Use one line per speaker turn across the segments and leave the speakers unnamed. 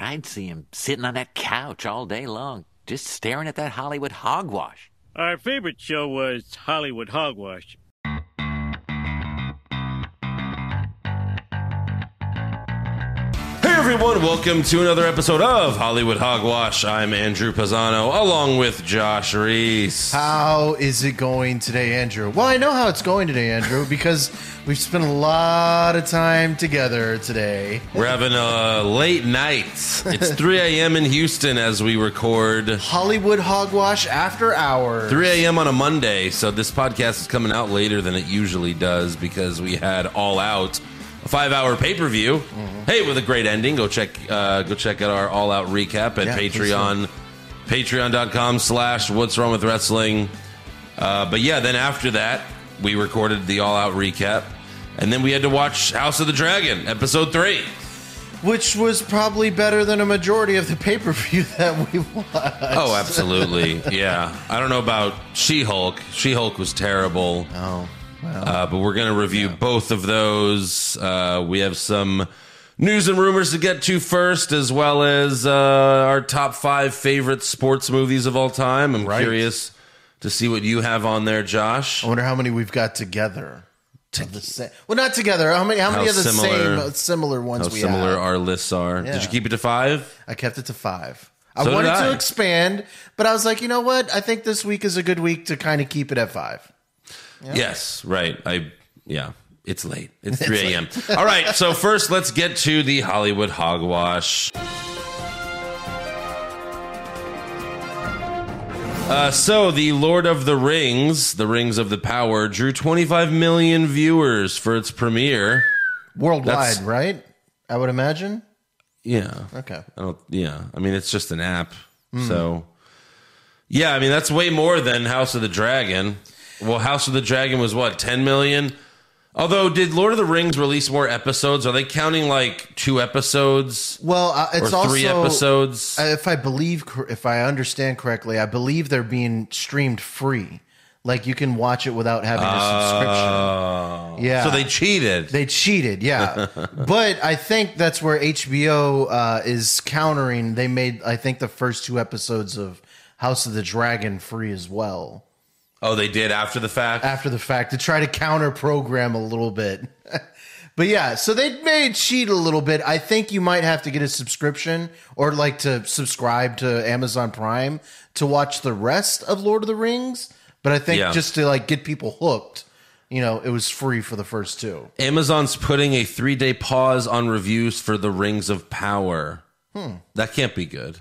I'd see him sitting on that couch all day long, just staring at that Hollywood hogwash.
Our favorite show was Hollywood Hogwash.
Hey everyone, welcome to another episode of Hollywood Hogwash. I'm Andrew Pisano along with Josh Reese.
How is it going today, Andrew? Well, I know how it's going today, Andrew, because we've spent a lot of time together today.
We're having a late night. It's 3 a.m. in Houston as we record.
Hollywood hogwash after hours.
3 a.m. on a Monday, so this podcast is coming out later than it usually does because we had All Out, a five-hour pay-per-view.
Mm-hmm.
Hey, with a great ending. Go check, uh, go check out our All Out recap at
Yeah, please do.
Patreon, Patreon.com/slash What's Wrong with Wrestling. Uh, but yeah, then after that, we recorded the All Out recap, and then we had to watch House of the Dragon episode three.
Which was probably better than a majority of the pay per view that we watched.
Oh, absolutely, yeah. I don't know about She-Hulk. She-Hulk was terrible.
Oh, well.
Uh, but we're going to review both of those. Uh, we have some news and rumors to get to first, as well as uh, our top five favorite sports movies of all time. I'm
Right. Oh,
curious to see what you have on there, Josh.
I wonder how many we've got together. Of the sa- well, not together. How many? How many
How
of the
similar-
same uh, similar ones
How
we
similar
have?
our lists are.
Yeah.
Did you keep it to five?
I kept it to five. I
So did
wanted
I.
to expand, but I was like, you know what? I think this week is a good week to kind of keep it at five.
Yes, right. I yeah. It's late. It's 3 a.m. All right. So first, let's get to the Hollywood hogwash. Uh, so the Lord of the Rings, the Rings of the Power, drew 25 million viewers for its premiere.
worldwide,
That's-
right? I would imagine.
Yeah.
Okay.
I don't. Yeah, I mean it's just an app. So, yeah, I mean that's way more than House of the Dragon. Well, House of the Dragon was what ten million. Although, did Lord of the Rings release more episodes? Are they counting like two episodes
Well, uh,
or
it's
three
also
episodes?
uh, If I believe, cor- if I understand correctly, I believe they're being streamed free. Like you can watch it without having
Uh.
a subscription. Yeah.
Oh. So they cheated.
They cheated, yeah. but I think that's where HBO uh, is countering. They made, I think, the first two episodes of House of the Dragon free as well
oh, they did after the fact.
after the fact to try to counter program a little bit. but yeah, so they may cheat a little bit. I think you might have to get a subscription or like to subscribe to Amazon Prime to watch the rest of Lord of the Rings. But I think
Yeah.
just to like get people hooked, you know, it was free for the first two.
Amazon's putting a three-day pause on reviews for the Rings of Power.
Hmm.
That can't be good.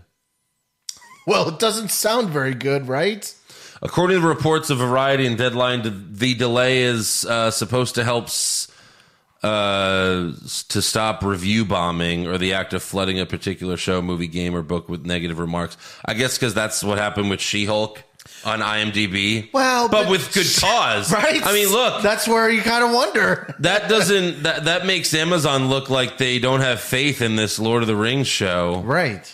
Well, it doesn't sound very good, right?
According to reports of Variety and Deadline, the- the delay is uh, supposed to help s- uh, s- to stop review bombing or the act of flooding a particular show, movie, game, or book with negative remarks. I guess because that's what happened with She-Hulk on IMDb.
Well,
but,
but-
with good cause,
Right?
I mean, look, that,
That's where you kind of wonder.
doesn't that that makes Amazon look like they don't have faith in this Lord of the Rings show.
Right.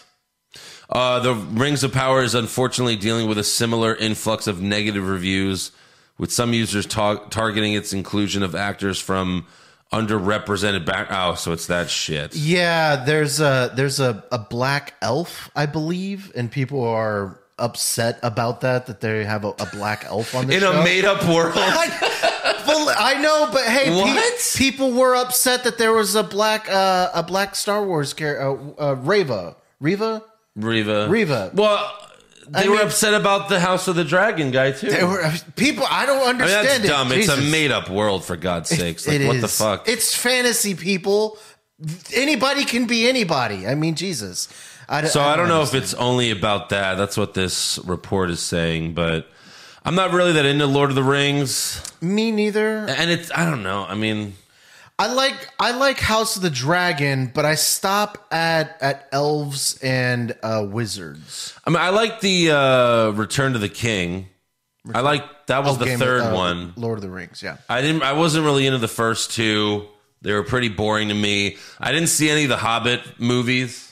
Uh, the Rings of Power is unfortunately dealing with a similar influx of negative reviews, with some users ta- targeting its inclusion of actors from underrepresented back. Oh, so it's that shit.
Yeah, there's a there's a, a black elf, I believe, and people are upset about that that they have a, a black elf on the
In
show.
a made up world,
Well, I know, but hey, pe-
What?
people were upset that there was a black uh, a black Star Wars character, uh, uh, Reva, Reva.
Riva.
Riva.
Well, they
I
were
mean-
upset about the House of the Dragon guy too.
They were people. I don't
I mean,
understand
that's
it.
dumb. It's a
Jesus.
made up world for God's sakes. Like,
It
what the
is.
fuck?
It's fantasy, people. Anybody can be anybody. I mean, Jesus. I,
So I don't know if it's only about that. That's what this report is saying, but I'm not really that into Lord of the Rings.
me neither.
And it's I don't know. I mean,
I like I like House of the Dragon, but I stop at at elves and uh, wizards.
I mean, I like the uh, Return to the King. I like that was
Oh,
the
Game of-
third
uh,
one.
Lord of the Rings. Yeah,
I didn't. I wasn't really into the first two. They were pretty boring to me. I didn't see any of the Hobbit movies.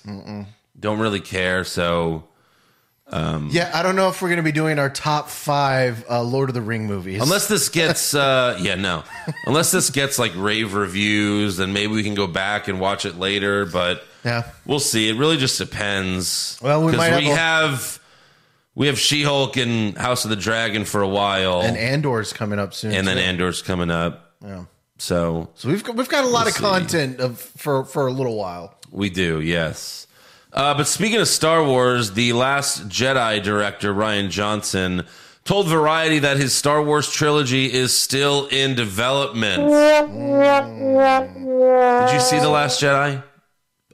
Don't really care. So Hmm.
yeah. I don't know if we're gonna be doing our top five uh, Lord of the Ring movies.
unless this gets, uh, yeah, no. Unless this gets like rave reviews, then maybe we can go back and watch it later. But
Yeah.
We'll see. It really just depends.
Well, we
'Cause
might
we
have a-
have we have She-Hulk and House of the Dragon for a while,
And
and,
Andor's coming up soon.
then
too.
Andor's coming up.
Yeah.
So
So we've we've got a lot of
see.
content of for for a little while.
we do, yes. Uh, but speaking of Star Wars, the last Jedi director Ryan Johnson told Variety that his Star Wars trilogy is still in development. Did you see the Last Jedi?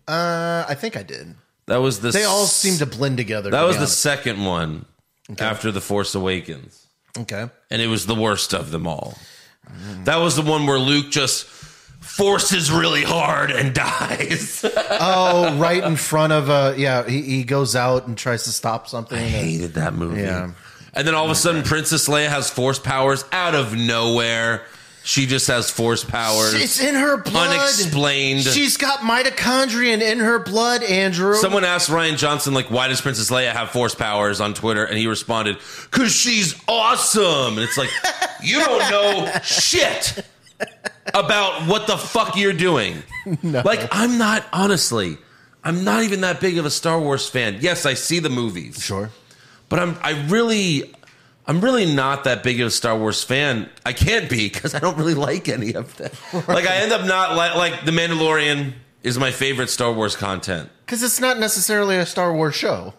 Uh, I think I did.
That was the
They all
s-
seem to blend together.
That
to
was
be
the
honest.
second one after the Force Awakens.
okay.
and it was the worst of them all. That was the one where Luke just forces really hard and dies.
Oh, right in front of uh yeah, he, he goes out and tries to stop something.
I hated that movie.
Yeah.
And then all of a sudden, Princess Leia has force powers out of nowhere. She just has force powers.
it's in her blood.
Unexplained.
She's got mitochondrion in her blood, Andrew.
Someone asked Ryan Johnson, like, why does Princess Leia have force powers on Twitter? And he responded, because she's awesome. And it's like, you don't know shit about what the fuck you're doing. Like, I'm not, honestly, I'm not even that big of a Star Wars fan. Yes, I see the movies,
sure.
but I'm, I really, I'm really not that big of a Star Wars fan. I can't be because I don't really like any of them. Like, I end up not like, like, The Mandalorian is my favorite Star Wars content.
Because it's not necessarily a Star Wars show.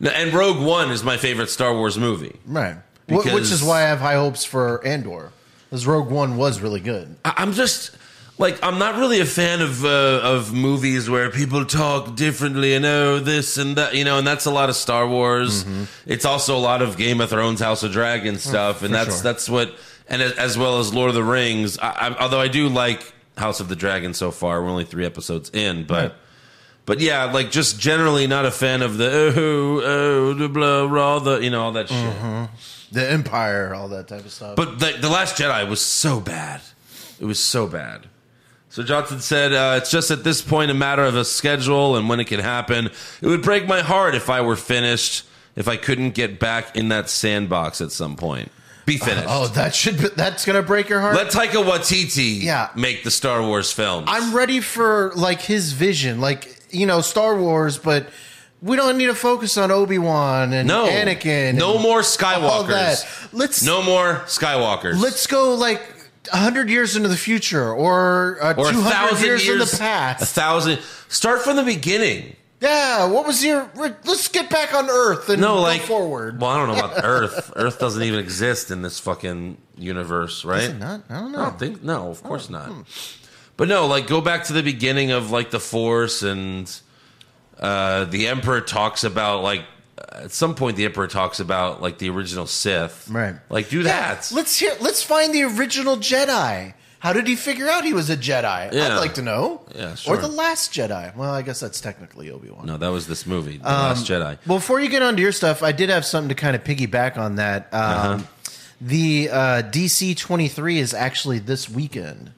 No, and Rogue One is my favorite Star Wars movie.
Right.
Because-
Which is why I have high hopes for Andor. Because Rogue One was really good.
I- I'm just like I'm not really a fan of uh, of movies where people talk differently and oh this and that you know, and that's a lot of Star Wars. It's also a lot of Game of Thrones, House of Dragons stuff, and that's
sure.
that's what and a- as well as Lord of the Rings. I, I, although I do like House of the Dragon so far, we're only three episodes in, but. But yeah, like just generally not a fan of the oh oh the blah blah the you know all that shit.
The Empire, all that type of stuff.
But the, the Last Jedi was so bad. It was so bad. So Johnson said, uh, it's just at this point a matter of a schedule and when it can happen. It would break my heart if I were finished, if I couldn't get back in that sandbox at some point. Be finished.
oh, that should be, that's gonna break your heart.
Let Taika Waititi
Yeah.
make the Star Wars films.
I'm ready for like his vision, like you know Star Wars, but we don't need to focus on Obi Wan and
no
Anakin.
No
and
more
all that.
Skywalkers.
Let's
No more Skywalkers.
let's go like hundred years into the future or, uh,
or a
two hundred
thousand
years,
years,
in the
A
past.
thousand. Start from the beginning.
yeah, what was your? Let's get back on Earth and
no,
go
like
forward.
Well, I don't know about Earth. Earth doesn't even exist in this fucking universe, right?
Is it not? Oh, hmm. I don't know.
I don't think. No, of course not. But no, like go back to the beginning of like the Force, and uh, the Emperor talks about like at some point the Emperor talks about like the original Sith,
Right.
Like do that.
Let's hear. Let's find the original Jedi. How did he figure out he was a Jedi? I'd
Yeah.
like to know.
Yeah, sure.
Or the last Jedi. Well, I guess that's technically Obi Wan.
no, that was this movie, The Last Jedi.
Um, Well, before you get onto your stuff, I did have something to kind of piggyback on that. Um,
Uh-huh.
The uh, DC 23 is actually this weekend.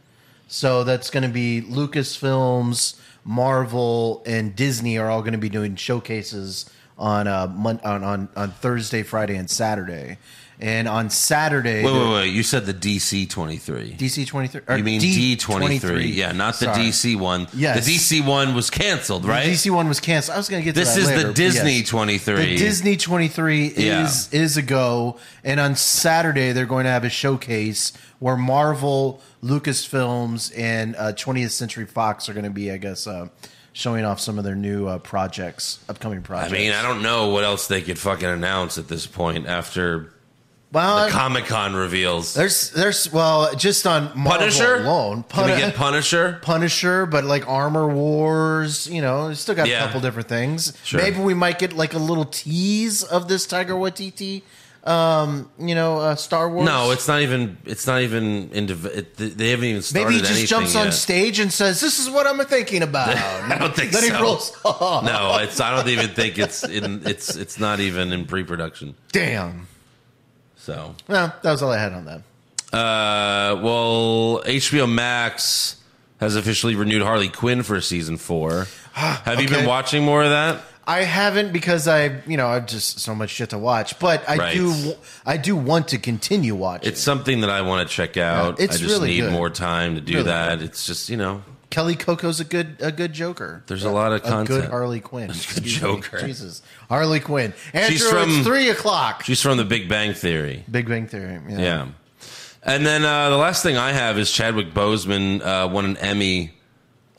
So that's going to be Lucasfilms, Marvel, and Disney are all going to be doing showcases on, uh, mon- on on on Thursday, Friday, and Saturday. And on Saturday,
Wait, wait, wait! You said the DC twenty three.
DC 23. or
You mean D twenty three? Yeah, not the
Sorry.
DC one.
Yes.
the DC one was canceled, right?
The DC one was canceled. I was going to get to
This
that
is
later,
the
but
Disney
yes.
23.
The Disney 23 is
Yeah.
is a go, and on Saturday they're going to have a showcase where Marvel, Lucasfilms, and uh, 20th Century Fox are going to be, I guess, uh, showing off some of their new uh, projects, upcoming
I
projects.
mean, I don't know what else they could fucking announce at this point after
well,
the
I-
Comic Con reveals.
there's there's well, just on Marvel
Punisher?
alone,
Can we
Pun-
get Punisher?
Punisher, but like Armor Wars, you know, it's still got
Yeah.
a couple different things.
Sure.
Maybe we might get like a little tease of this Tiger Waititi, um, you know, uh, Star Wars.
No, it's not even. It's not even. In, dev- it, they haven't even started.
maybe he just
anything
jumps on
yet.
stage and says, "This is what I'm thinking about."
I don't think
then
so.
he rolls. off.
no, it's. I don't even think it's in. It's. It's not even in pre-production.
Damn.
So,
Well, that was all I had on that.
uh, well, HBO Max has officially renewed Harley Quinn for season four. Have you been
Okay.
watching more of that?
I haven't because I, you know, I've just so much shit to watch. But I
Right.
do, I do want to continue watching.
It's something that I want to check out.
Yeah, it's
I just
really
need
good.
more time to do
Really
that.
good.
It's just, you know,
Kelly Coco's a good a good Joker.
There's a lot of
A
content.
good Harley Quinn. Excuse me.
Joker.
Jesus. Harley Quinn. Andrew,
She's from-
it's three o'clock.
She's from The Big Bang Theory.
Big Bang Theory. Yeah.
Yeah. And then uh, the last thing I have is Chadwick Boseman uh, won an Emmy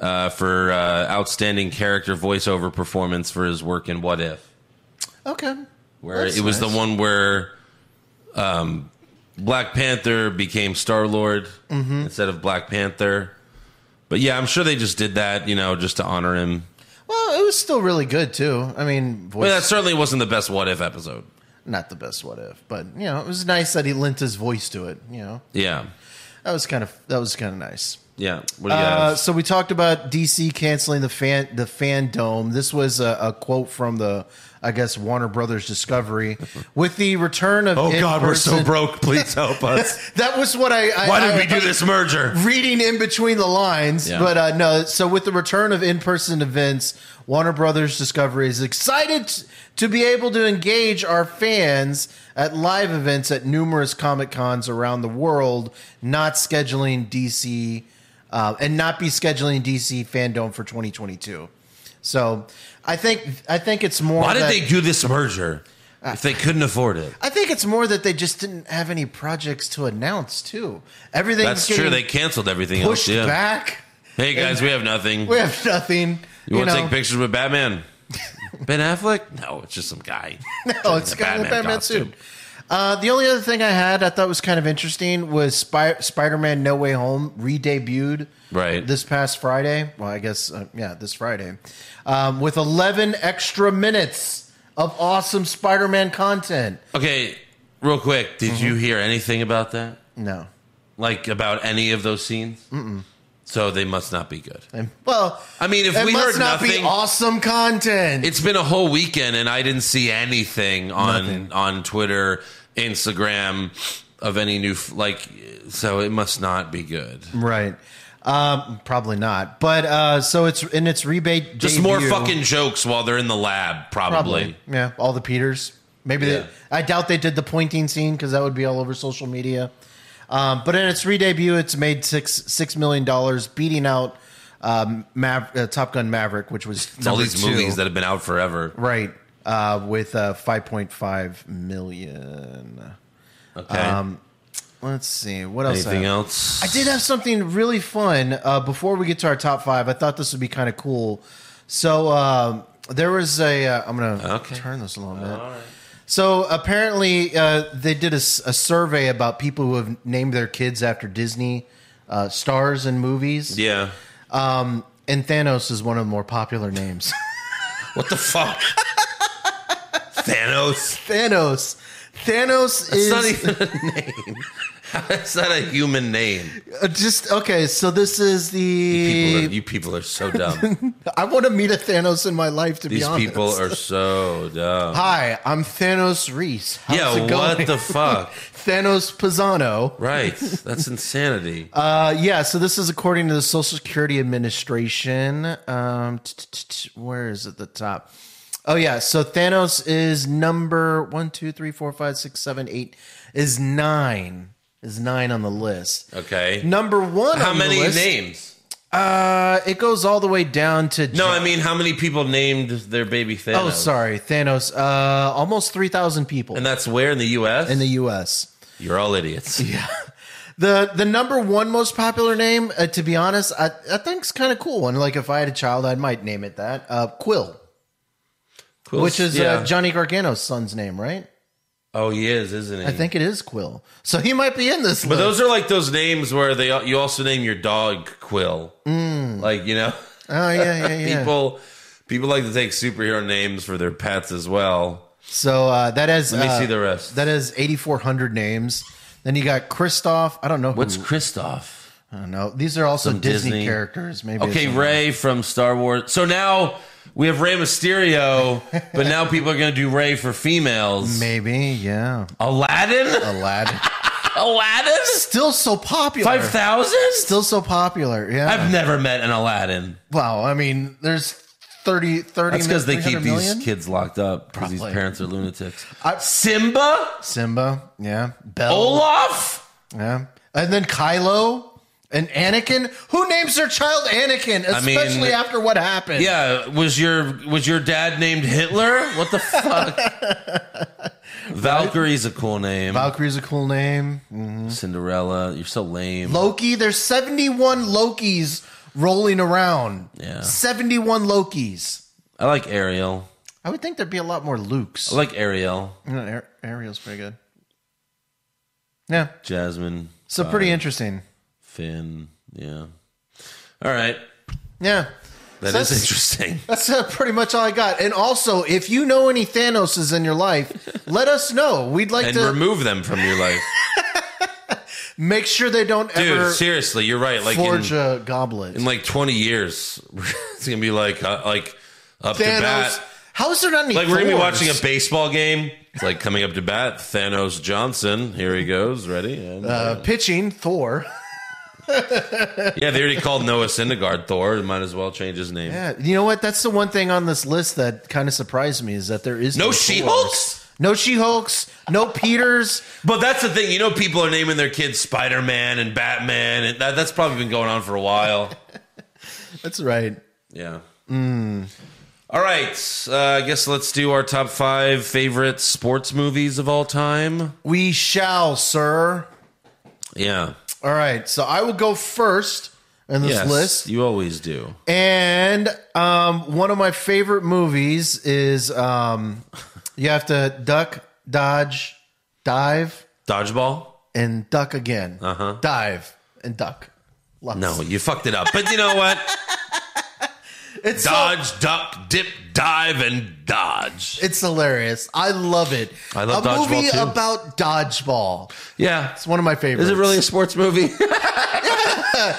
uh, for uh, outstanding character voiceover performance for his work in What If,
Okay.
where
That's
it was
nice.
the one where um, Black Panther became Star Lord
Mm-hmm.
instead of Black Panther. But yeah, I'm sure they just did that, you know, just to honor him.
Well, it was still really good too. I mean, voice
But that certainly wasn't the best What If episode.
not the best what if, but you know, it was nice that he lent his voice to it, you know.
Yeah.
That was kind of that was kind of nice.
Yeah. What do you
Uh,
have?
so we talked about DC canceling the fan the fandom. This was a, a quote from the I guess Warner Brothers Discovery with the return of
Oh, God, we're so
in-person-
broke. Please help us.
That was what I, I
Why
I-
did we do this merger?
reading in between the lines.
Yeah.
But uh, no, so with the return of in person events, Warner Brothers Discovery is excited t- to be able to engage our fans at live events at numerous Comic Cons around the world, not scheduling DC uh, and not be scheduling DC fandom for 2022. So I think I think it's more.
Why did
that-
they do this merger
Uh,
if they couldn't afford it?
I think it's more that they just didn't have any projects to announce too. Everything's
That's true.
getting
They canceled everything
pushed
else. Yeah.
back.
Hey guys, we have nothing.
We have nothing.
you want to
know.
take pictures with Batman? ben Affleck? No, it's just some guy.
Oh, it's
The
got the
Batman
Batman
costume.
suit. Uh, the only other thing I had I thought was kind of interesting was Spy- Spider-Man: No Way Home re-debuted
Right.
this past Friday. Well, I guess uh, yeah, this Friday, um, with eleven extra minutes of awesome Spider-Man content.
Okay, real quick, did you
Mm-hmm.
hear anything about that?
No,
Like about any of those scenes? Mm-mm. So they must not be good.
And- well,
I mean, if
it
we
must
heard
not
nothing,
be awesome content.
it's been a whole weekend and I didn't see anything on on Twitter, Instagram of any new f- like. So it must not be good.
right. Um, probably not. But uh, so it's in its rebate.
Just more fucking jokes while they're in the lab, probably.
Probably. Yeah, all the Peters. Maybe
Yeah.
they, I doubt they did the pointing scene because that would be all over social media. Um, but in its re-debut, it's made six six million dollars, beating out um, Maver- uh, Top Gun Maverick, which was
It's all
number
these
two.
movies that have been out forever.
right uh, with uh, five point five million.
Okay.
Let's see what else. I
Anything
have?
else?
Um, I did have something really fun uh, before we get to our top five. I thought this would be kind of cool. So um, there was a. Uh, I'm gonna
Okay.
turn this a little bit. So apparently uh, they did a, s- a survey about people who have named their kids after Disney uh, stars and movies.
Yeah.
Um, and Thanos is one of the more popular names.
What the fuck? Thanos.
Thanos. Thanos
It's
is
not even a name. It's not a human name.
uh, just okay. So this is
People
the.
are, you people are so dumb.
I want to meet a Thanos in my life. To be
These
honest,
people are so dumb.
Hi, I'm Thanos Reese. How's
yeah,
it going?
what the fuck?
Thanos Pisano.
Right. That's insanity.
Uh, yeah, so this is according to the Social Security Administration. Um, t- t- t- t- where is it? The top. Oh yeah, so Thanos is number one, two, three, four, five, six, seven, eight. Is nine is nine on the list.
Okay.
Number one.
How
on the
many
list-
names?
Uh, it goes all the way down to
No, I mean, how many people named their baby Thanos?
oh, sorry, Thanos. Uh, almost three thousand people
And that's where in the U.S.
in the U.S.
You're all idiots.
The the number one most popular name, uh, to be honest, I, I think is kind of cool. And like if I had a child, I might name it that. Uh, Quill,
Cool.
which is
Yeah.
uh, Johnny Gargano's son's name, right?
Oh, he is, isn't he?
I think it is Quill. So he might be in this
But
list.
those are like those names where they you also name your dog Quill. Like you know,
oh yeah, Mm. yeah, yeah.
people people like to take superhero names for their pets as well.
So uh, that has
Let me
uh,
see the rest.
That has eighty four hundred names. Then you got Kristoff. I don't know who,
What's Kristoff?
I don't know. These are also
Some
Disney,
Disney-
characters. Maybe
Okay,
it's-
Ray from Star Wars. So now we have Ray Mysterio, but now people are going to do Ray for females.
Maybe yeah.
Aladdin,
Aladdin
Aladdin,
still so popular.
five thousand.
Oh. Still so popular. Yeah.
I've never met an Aladdin.
Wow, I mean, there's 30, 30
That's because they keep
300
these
million?
kids locked up because these
Probably.
parents are lunatics.
I-
Simba,
Simba, yeah, Bell,
Olaf.
yeah, and then Kylo. And Anakin? Who names their child Anakin,
mean-
especially after what happened?
Yeah, was your was your dad named Hitler? What the fuck? Valkyrie's a cool name.
Valkyrie's a cool name.
Cinderella, you're so lame.
Loki, there's 71 Lokis rolling around.
Yeah.
71 Lokis.
I like Ariel.
I would think there'd be a lot more Lukes.
I like Ariel,
You know, Ar- Ariel's pretty good. Yeah.
Jasmine,
So pretty
Uh,
interesting.
Finn. Yeah. All right,
Yeah.
that
So
is
that's-
interesting.
That's uh, pretty much all I got. And also, if you know any Thanoses in your life, let us know. We'd like
And
to
remove them from your life,
make sure they don't
dude.
ever
seriously, you're right. Like in,
forge a goblet.
in like 20 years, it's gonna be like uh, like up to
Thanos.
bat.
How is there not any?
Like we're gonna be
Thors?
watching a baseball game. It's like coming up to bat, Thanos Johnson. Here he goes, ready. And,
uh, pitching Thor.
yeah, they already called Noah Syndergaard Thor. Might as well change his name.
Yeah, you know what? That's the one thing on this list that kind of surprised me is that there is
No
Thors.
She-Hulks?
no She Hulks, no Peters.
But that's the thing, you know, people are naming their kids Spider Man and Batman, and that, that's probably been going on for a while.
That's right.
Yeah.
Hmm.
All right, uh, I guess let's do our top five favorite sports movies of all time.
We shall, sir.
Yeah,
All right, so I will go first in this
yes,
list.
you always do.
And um, one of my favorite movies is um, you have to duck, dodge, dive,
Dodgeball.
and duck again. Uh-huh. Dive and duck. Lots.
No, you fucked it up. But you know what?
it's so-
dodge, duck, dip, dive, and dodge.
it's hilarious. I love it.
I love
a
dodgeball,
movie
too.
about dodgeball.
Yeah.
It's one of my favorites.
Is it really a sports movie?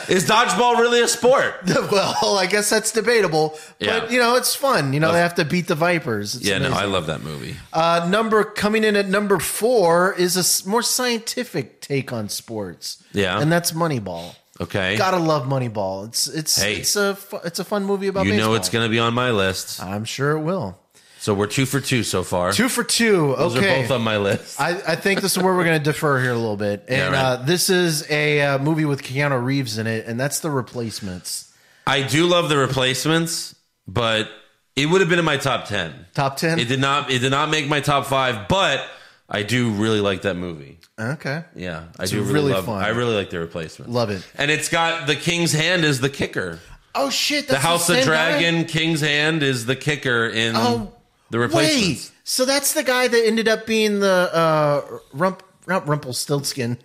Is dodgeball really a sport?
well, I guess that's debatable.
Yeah.
But you know, it's fun. You know, they have to beat the Vipers. It's
Yeah, no,
amazing.
I love that movie.
Uh, number coming in at number four is a s- more scientific take on sports.
Yeah.
and that's Moneyball.
Okay.
Gotta love Moneyball. It's it's
Hey.
it's a fu- it's a fun movie about
You
baseball.
know it's going to be on my list.
I'm sure it will.
So we're two for two so far.
Two for two.
Those
okay.
are both on my list.
I, I think this is where we're going to defer here a little bit. And
right.
uh, this is a uh, movie with Keanu Reeves in it, and that's The Replacements.
I do love the replacements, but it would have been in my top 10.
Top 10?
It did not it did not make my top 5, but I do really like that movie.
Okay.
Yeah, I do really,
really
love
fun.
I really like the replacements.
Love it.
And it's got the king's hand is the kicker.
Oh, shit.
The
That's
House
same
of
guy?
Dragon, King's Hand is the kicker in
Oh,
the
Wait.
replacements.
So that's the guy that ended up being the uh, rump, not Rumpelstiltskin.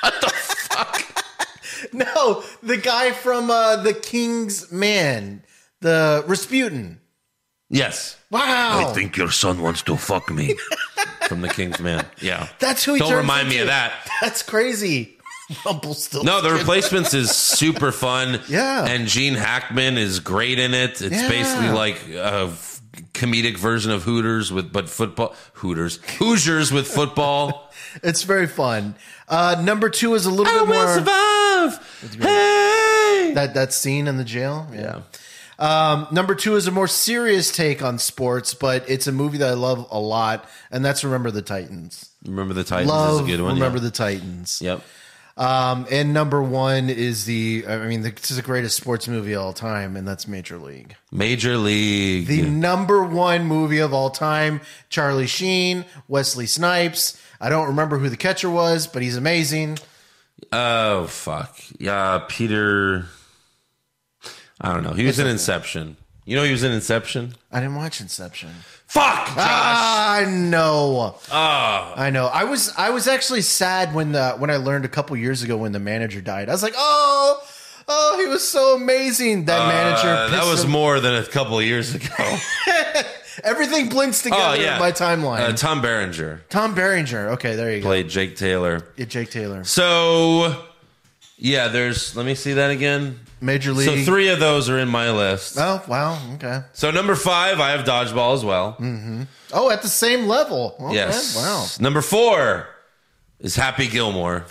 what the fuck? no, the guy from uh, The King's Man, the Rasputin.
Yes.
Wow.
your son wants to fuck me.
From the King's Man. Yeah.
that's who he
Don't
turns
remind me of
into.
that.
That's crazy. Rumpelstiltskin.
No, the replacements is super fun.
Yeah.
And Gene Hackman is great in it. It's
Yeah.
basically like a f- comedic version of Hooters with but football Hooters. Hoosiers with football.
It's very fun. Uh, number two is a little bit more
survive. Hey.
that that scene in the jail.
Yeah.
Um, number two is a more serious take on sports, but it's a movie that I love a lot, and that's Remember the Titans.
Remember the Titans
Love
is a good one.
Remember
yeah.
the Titans.
Yep.
Um, and number one is the I mean, the, this is the greatest sports movie of all time, and that's Major League.
Major League.
The number one movie of all time. Charlie Sheen, Wesley Snipes. I don't remember who the catcher was, but he's amazing.
Oh fuck. Yeah, Peter I don't know. He was in Inception. You know he was in Inception?
I didn't watch Inception.
Fuck! Josh!
I know.
Ah.
I know. I was I was actually sad when the when I learned a couple years ago when the manager died. I was like, oh, oh, he was so amazing. That
Uh,
manager.
that
pissed
was
him-
more than a couple of years ago.
everything blinks together
oh yeah.
in my timeline.
Uh, Tom Berenger
Tom Berenger. Okay, there you go.
played Jake Taylor.
Yeah, Jake Taylor,
So yeah, there's let me see that again.
Major League.
So three of those are in my list.
Oh wow. Okay.
So number five, I have dodgeball as well.
Oh, at the same level. Okay,
Yes.
Wow.
Number four is Happy Gilmore.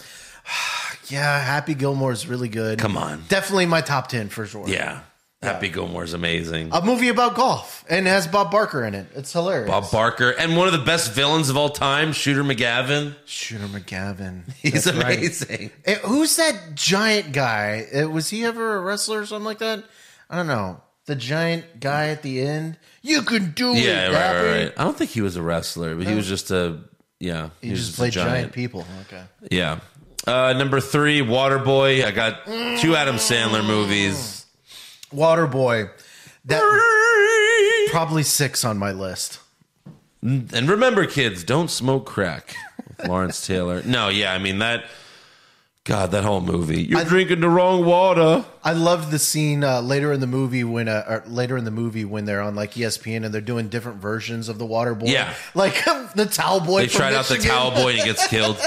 Yeah, Happy Gilmore is really good.
Come on.
Definitely my top ten for sure.
Yeah. Happy Gilmore's amazing.
A movie about golf and has Bob Barker in it. It's hilarious.
Bob Barker and one of the best villains of all time, Shooter McGavin.
Shooter McGavin.
He's
That's right.
amazing.
Eh, who's that giant guy? Eh, was he ever a wrestler or something like that? I don't know. The giant guy at the end. You can do
Yeah, right,
it. Gavin.
right, right. I don't think he was a wrestler, but he was just a yeah.
He, just,
a
played giant. people. Okay.
Yeah. Uh, number three, Waterboy. I got two Adam
Mm.
Sandler movies.
Waterboy. That probably six on my list.
And remember, kids, don't smoke crack. With Lawrence Taylor. No, yeah, I mean that. God, that whole movie. You're
I-
drinking the wrong water.
I loved the scene uh, later in the movie when uh, or later in the movie when they're on like E ESPN and they're doing different versions of the Water Boy.
Yeah.
like um, the Towel Boy.
They
from
tried out the
Michigan.
towel boy and he gets killed.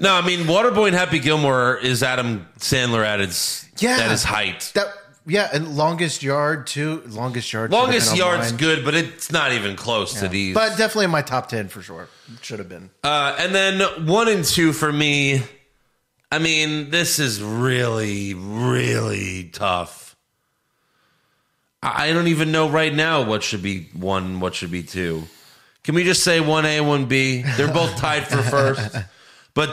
No, I mean Waterboy and Happy Gilmore is Adam Sandler at its
Yeah.
at his height.
That yeah, and longest yard too. Longest yard. should've
Longest
been on
yard's
mine.
good, but it's not even close to these.
but definitely in my top ten for sure. Should have been.
Uh, and then one and two for me. I mean, this is really, really tough. I I don't even know right now what should be one, what should be two. Can we just say 1A, 1B? They're both tied for first. But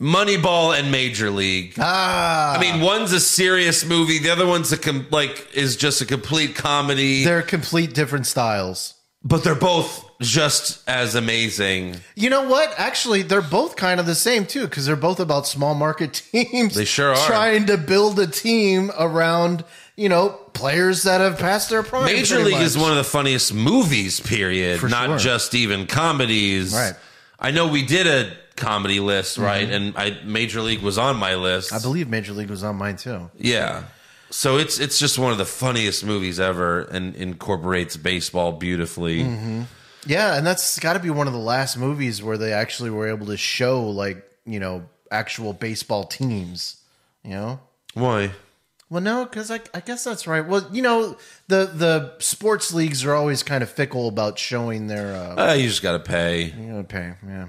Moneyball and Major League.
ah,
I mean, one's a serious movie, the other one's a com- like is just a complete comedy.
they're complete different styles.
but they're both just as amazing.
You know what? Actually, they're both kind of the same too, because they're both about small market teams.
They sure are.
trying to build a team around you know players that have passed their prime.
Major
pretty
League is
much.
one of the funniest movies, period.
For
not
sure.
just even comedies.
Right. Mm-hmm.
I know we did a comedy list, right? And I Major League was on my list.
I believe Major League was on mine too.
Yeah. So it's it's just one of the funniest movies ever, and incorporates baseball beautifully.
Mm-hmm. Yeah, and that's got to be one of the last movies where they actually were able to show like you know actual baseball teams. You know,
Why?
Well, no, because I, I guess that's right. Well, you know, the the sports leagues are always kind of fickle about showing their uh,
Uh, you just got to pay.
you know, pay. Yeah.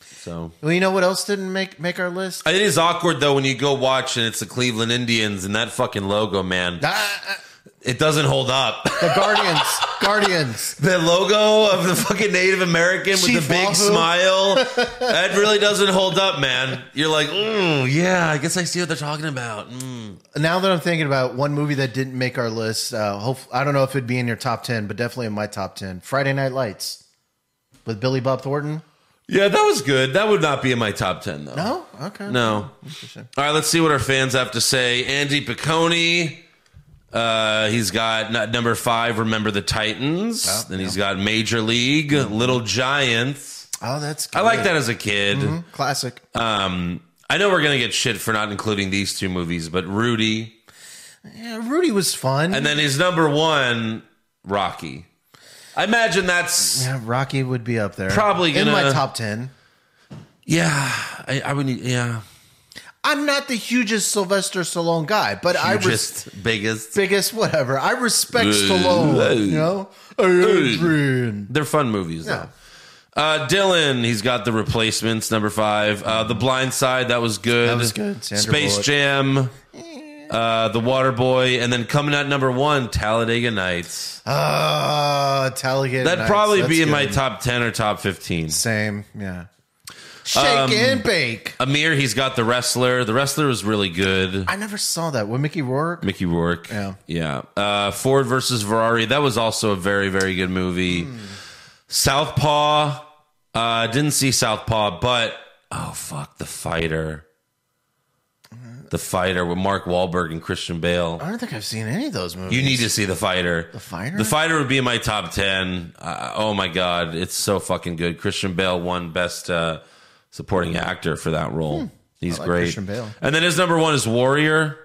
So
Well, you know what else didn't make make our list?
it is awkward though when you go watch and it's the Cleveland Indians and that fucking logo, man.
Ah,
It doesn't hold up.
the Guardians. Guardians.
the logo of the fucking Native American with
Chief
the big
Wahoo.
smile. that really doesn't hold up, man. You're like, mm, yeah, I guess I see what they're talking about. Mm.
Now that I'm thinking about one movie that didn't make our list, uh, hope I don't know if it'd be in your top ten, but definitely in my top ten. Friday Night Lights with Billy Bob Thornton.
Yeah, that was good. That would not be in my top 10, though.
No, Oh, okay,
No. All right, let's see what our fans have to say. Andy Piccone. Uh, he's got n- number five, Remember the Titans.
Oh,
then he's got Major League,
Mm-hmm.
Little Giants.
Oh, that's
I like
good.
that as a kid.
Mm-hmm. classic.
Um, I know we're going to get shit for not including these two movies, but Rudy.
Yeah, Rudy was fun.
And then his number one, Rocky. I imagine that's
yeah, Rocky would be up there,
Probably
in my
gonna-
top ten.
yeah. I, I would need yeah.
I'm not the hugest Sylvester Stallone guy, but I was
Hugest, biggest.
biggest whatever. I respect
Uh,
Stallone, you know. Adrian.
They're fun movies though. Uh, Dylan, he's got the replacements number five. Uh, the Blind Side, that was good.
That was good. Sandra
Space
Bullock.
Jam, uh, The Water Boy, and then coming out number one, Talladega Nights.
Ah, Talladega.
That'd
Nights.
probably
That's
be in my
good.
top ten or top fifteen.
Same, yeah. Shake
Um,
and bake.
Amir, he's got the wrestler. The wrestler was really good.
I never saw that with Mickey Rourke.
Mickey Rourke.
Yeah.
Yeah. Uh, Ford versus Ferrari. That was also a very, very good movie. Southpaw. Uh, didn't see Southpaw, but oh, fuck. The Fighter. The Fighter with Mark Wahlberg and Christian Bale.
I don't think I've seen any of those movies.
You need to see The Fighter. The
Fighter?
The Fighter would be in my top 10. Uh, oh, my God. It's so fucking good. Christian Bale won Best uh, Supporting Actor for that role. He's
Hmm. like
great.
Christian Bale.
And then his number one is Warrior.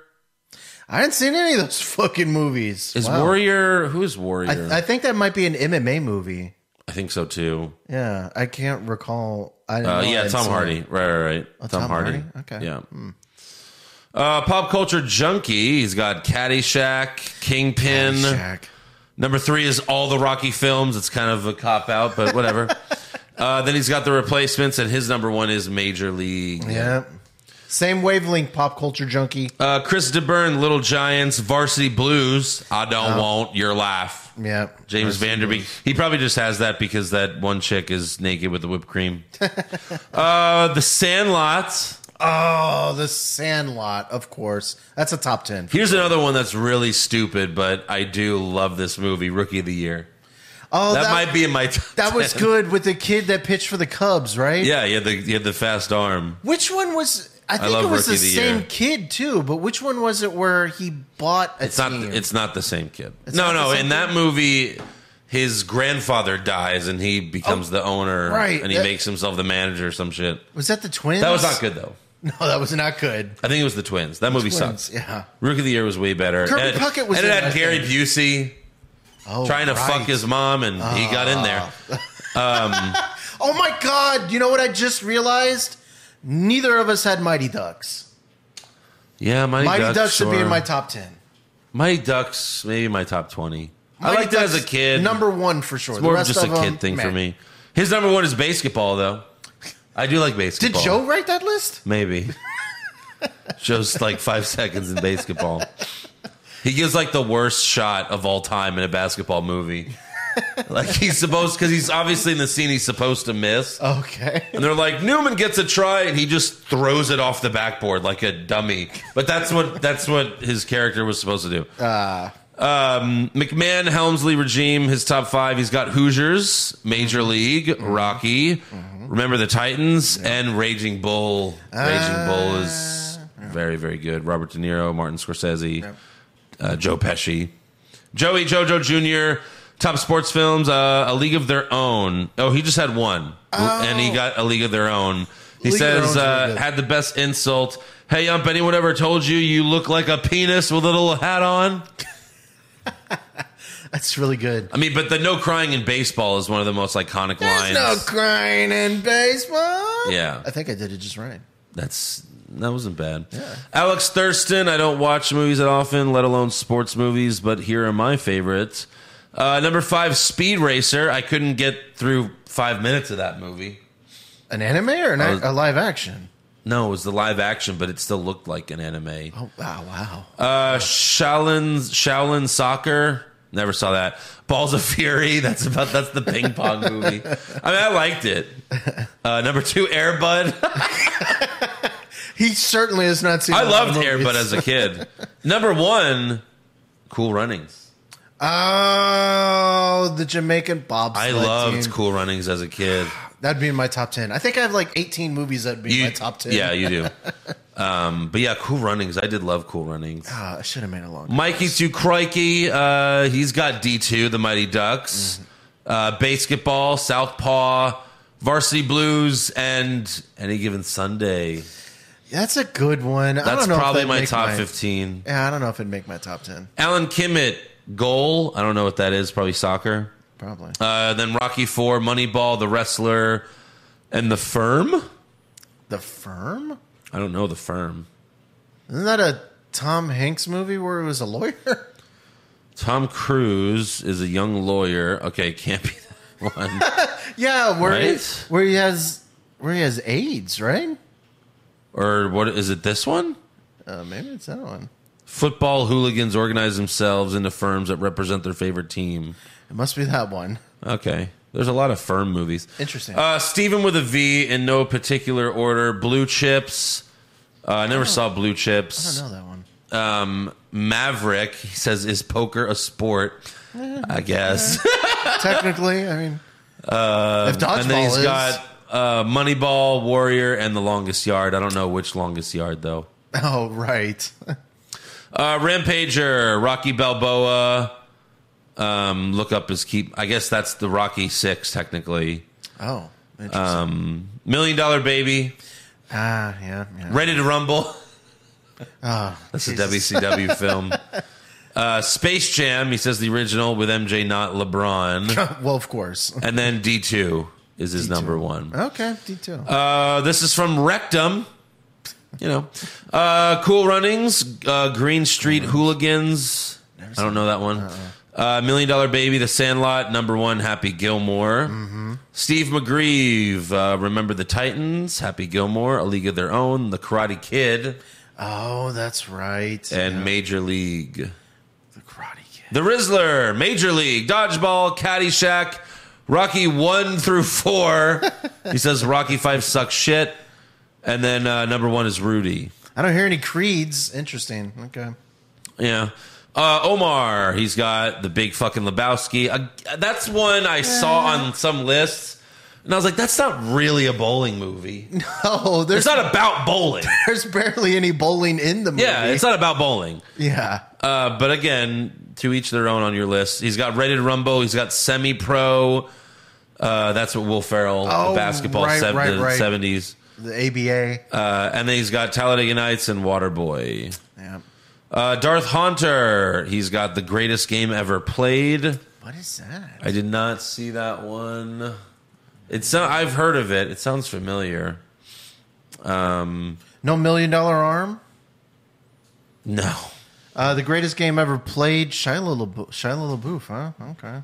I haven't seen any of those fucking movies.
Is
Wow.
Warrior. Who's Warrior?
I, I think that might be an MMA movie.
I think so too.
Yeah, I can't recall. I
Uh,
know I
yeah,
had
Tom
seen
Hardy.
it.
Right, right, right.
Oh, Tom Hardy? Okay. Hmm.
Yeah. Uh, pop culture junkie. He's got Caddyshack, Kingpin.
Shaq.
Number three is all the Rocky films. It's kind of a cop out, but whatever. uh, then he's got the replacements, and his number one is Major League.
Yeah. Same wavelength, pop culture junkie.
Uh, Chris DeBurn, Little Giants, Varsity Blues. I don't want your life.
Yeah.
James Vanderbeek. He probably just has that because that one chick is naked with the whipped cream. uh, the Sandlot.
Oh, the Sandlot, of course. That's a top 10.
Here's another one that's really stupid, but I do love this movie, Rookie of the Year.
Oh,
that, might be in my top.
That was
10.
good with the kid that pitched for the Cubs, right?
Yeah, you had the you had the fast arm.
Which one was? I think
love
it was the,
Rookie of the
same
Year.
kid too. But which one was it where he bought a
It's not
team?
it's not the same kid.
It's
no,
not the
no.
same
In
kid?
that movie, his grandfather dies and he becomes the owner,
Oh, right,
And he
that-
makes himself the manager or some shit.
was that the twins?
That was not good though.
No, that was not good.
I think it was the twins. That movie
Twins,
sucks.
yeah.
Rookie of the Year was way better.
Kirby
and it,
Puckett was
and it
in
had
it, I
Gary
think.
Busey
Oh,
trying to
right. Ah.
fuck his mom, and he got in there.
Oh my god! You know what I just realized? Neither of us had Mighty Ducks.
Yeah, Mighty,
Mighty
Ducks,
Ducks should be
sure.
in my top ten.
Mighty Ducks, maybe my top twenty. I
Mighty
liked it as a
Ducks,
kid.
Number one for sure.
It's more
the
of
rest
just a
of
kid
them,
thing for
meh.
me. His number one is basketball, though. I do like
Did
basketball.
Joe write that list?
Maybe. Joe's like five seconds in basketball. He gives like the worst shot of all time in a basketball movie. Like he's supposed, because he's obviously in the scene he's supposed to miss.
Okay.
And they're like, Newman gets a try, and he just throws it off the backboard like a dummy. But that's what that's what his character was supposed to do. Um, McMahon, Helmsley regime, his top five. He's got Hoosiers, Major
Mm-hmm.
League, Rocky, Remember the Titans, and Raging Bull.
Ah,
Raging Bull is very very good. Robert De Niro, Martin Scorsese, uh, Joe Pesci, Joey JoJo Jr. Top sports films, uh, A League of Their Own. Oh, he just had one, and he got A League of Their Own. He
Oh. League of Their
says
Own's really
uh,
good.
had the best insult. Hey, ump! Anyone ever told you you look like a penis with a little hat on?
That's really good.
I mean, but the no crying in baseball is one of the most iconic lines.
There's no crying in baseball.
Yeah.
I think I did it just right.
That's that wasn't bad. Alex Thurston. I don't watch movies that often, let alone sports movies, but here are my favorites. Uh, number five, Speed Racer. I couldn't get through five minutes of that movie.
An anime or an,
I was-
a live action?
No, it was the live action, but it still looked like an anime.
Oh wow, wow.
Uh, Shaolin Shaolin Soccer. Never saw that. Balls of Fury. That's about that's the ping pong movie. I mean, I liked it. Uh, number two, Airbud.
He certainly has not seen.
I
a lot of
loved Air
movies.
Bud as a kid. Number one, Cool Runnings.
Oh, the Jamaican bobsled.
I loved
team.
Cool Runnings as a kid.
That'd be in my top ten. I think I have like eighteen movies that'd be in
You-
my top ten.
Yeah, you do. Um, but yeah, Cool Runnings. I did love Cool Runnings.
Ah, I should have made a long.
Mikey to Crikey. Uh, he's got D2, the Mighty Ducks,
Mm-hmm.
uh, basketball, Southpaw, varsity blues, and any given Sunday.
That's a good one. I
That's
don't know if
probably
that'd
my
make
top 15.
Yeah, I don't know if it'd make my top ten.
Alan Kimmett, goal. I don't know what that is. Probably soccer.
Probably.
Uh, then Rocky Four, Moneyball, The Wrestler, and The Firm.
the Firm.
I don't know The Firm.
Isn't that a Tom Hanks movie where he was a lawyer?
Tom Cruise is a young lawyer. Okay, can't be that one.
yeah, where he-
Right?
where he has where he has AIDS, right?
or what is it? This one?
Uh, maybe it's that one.
Football hooligans organize themselves into firms that represent their favorite team.
It must be that one.
Okay. There's a lot of firm movies.
Interesting.
Uh, Steven with a V in no particular order. Blue Chips. Uh, I never saw Blue
I
Chips.
don't know that one.
Um, Maverick. He says, "Is poker a sport?" I guess.
Technically, I mean, if dodgeball
Uh, and then he's
is,
got uh, Moneyball, Warrior, and The Longest Yard. I don't know which Longest Yard though.
oh right,
Uh, Rampager, Rocky Balboa. Um, look up his keep. I guess that's the Rocky Six technically.
oh, interesting.
Um, Million Dollar Baby,
ah, yeah, yeah.
Ready to Rumble. that's
Ah, Jesus.
a WCW film. Uh, Space Jam. He says the original with MJ, not LeBron.
well, of course.
and then D two is his number one.
Okay, D two.
Uh, this is from Rectum. You know, uh, Cool Runnings, uh, Green Street Hooligans. I don't know that one. Uh, Million Dollar Baby, The Sandlot, number one, Happy Gilmore. Steve McGreeve, uh, Remember the Titans, Happy Gilmore, A League of Their Own, The Karate Kid,
Oh, that's right.
and Major League.
the Karate Kid.
The Rizzler, Major League, Dodgeball, Caddyshack, Rocky 1 through 4. he says Rocky 5 sucks shit. And then uh, number one is Rudy.
I don't hear any creeds. Interesting. Okay.
Yeah. Uh, Omar, he's got the big fucking Lebowski. Uh, that's one I saw
Uh-huh.
on some lists. And I was like, that's not really a bowling movie.
Oh,
It's
there's
not about bowling.
there's barely any bowling in the movie.
Yeah, it's not about bowling.
yeah.
Uh, but again, to each their own on your list. He's got Rated Rumbo. He's got Semi Pro. Uh, that's what Will Ferrell,
Oh,
the basketball
right,
sev-
right,
the
right.
70s.
The ABA.
Uh, and then he's got Talladega Nights and Waterboy.
yeah.
Uh, Darth Haunter. He's got the greatest game ever played.
What is that?
I did not see that one. It's uh, I've heard of it. It sounds familiar.
No million dollar arm.
No.
Uh, the greatest game ever played. Shia LaBeouf. Shia LaBeouf. Huh. Okay.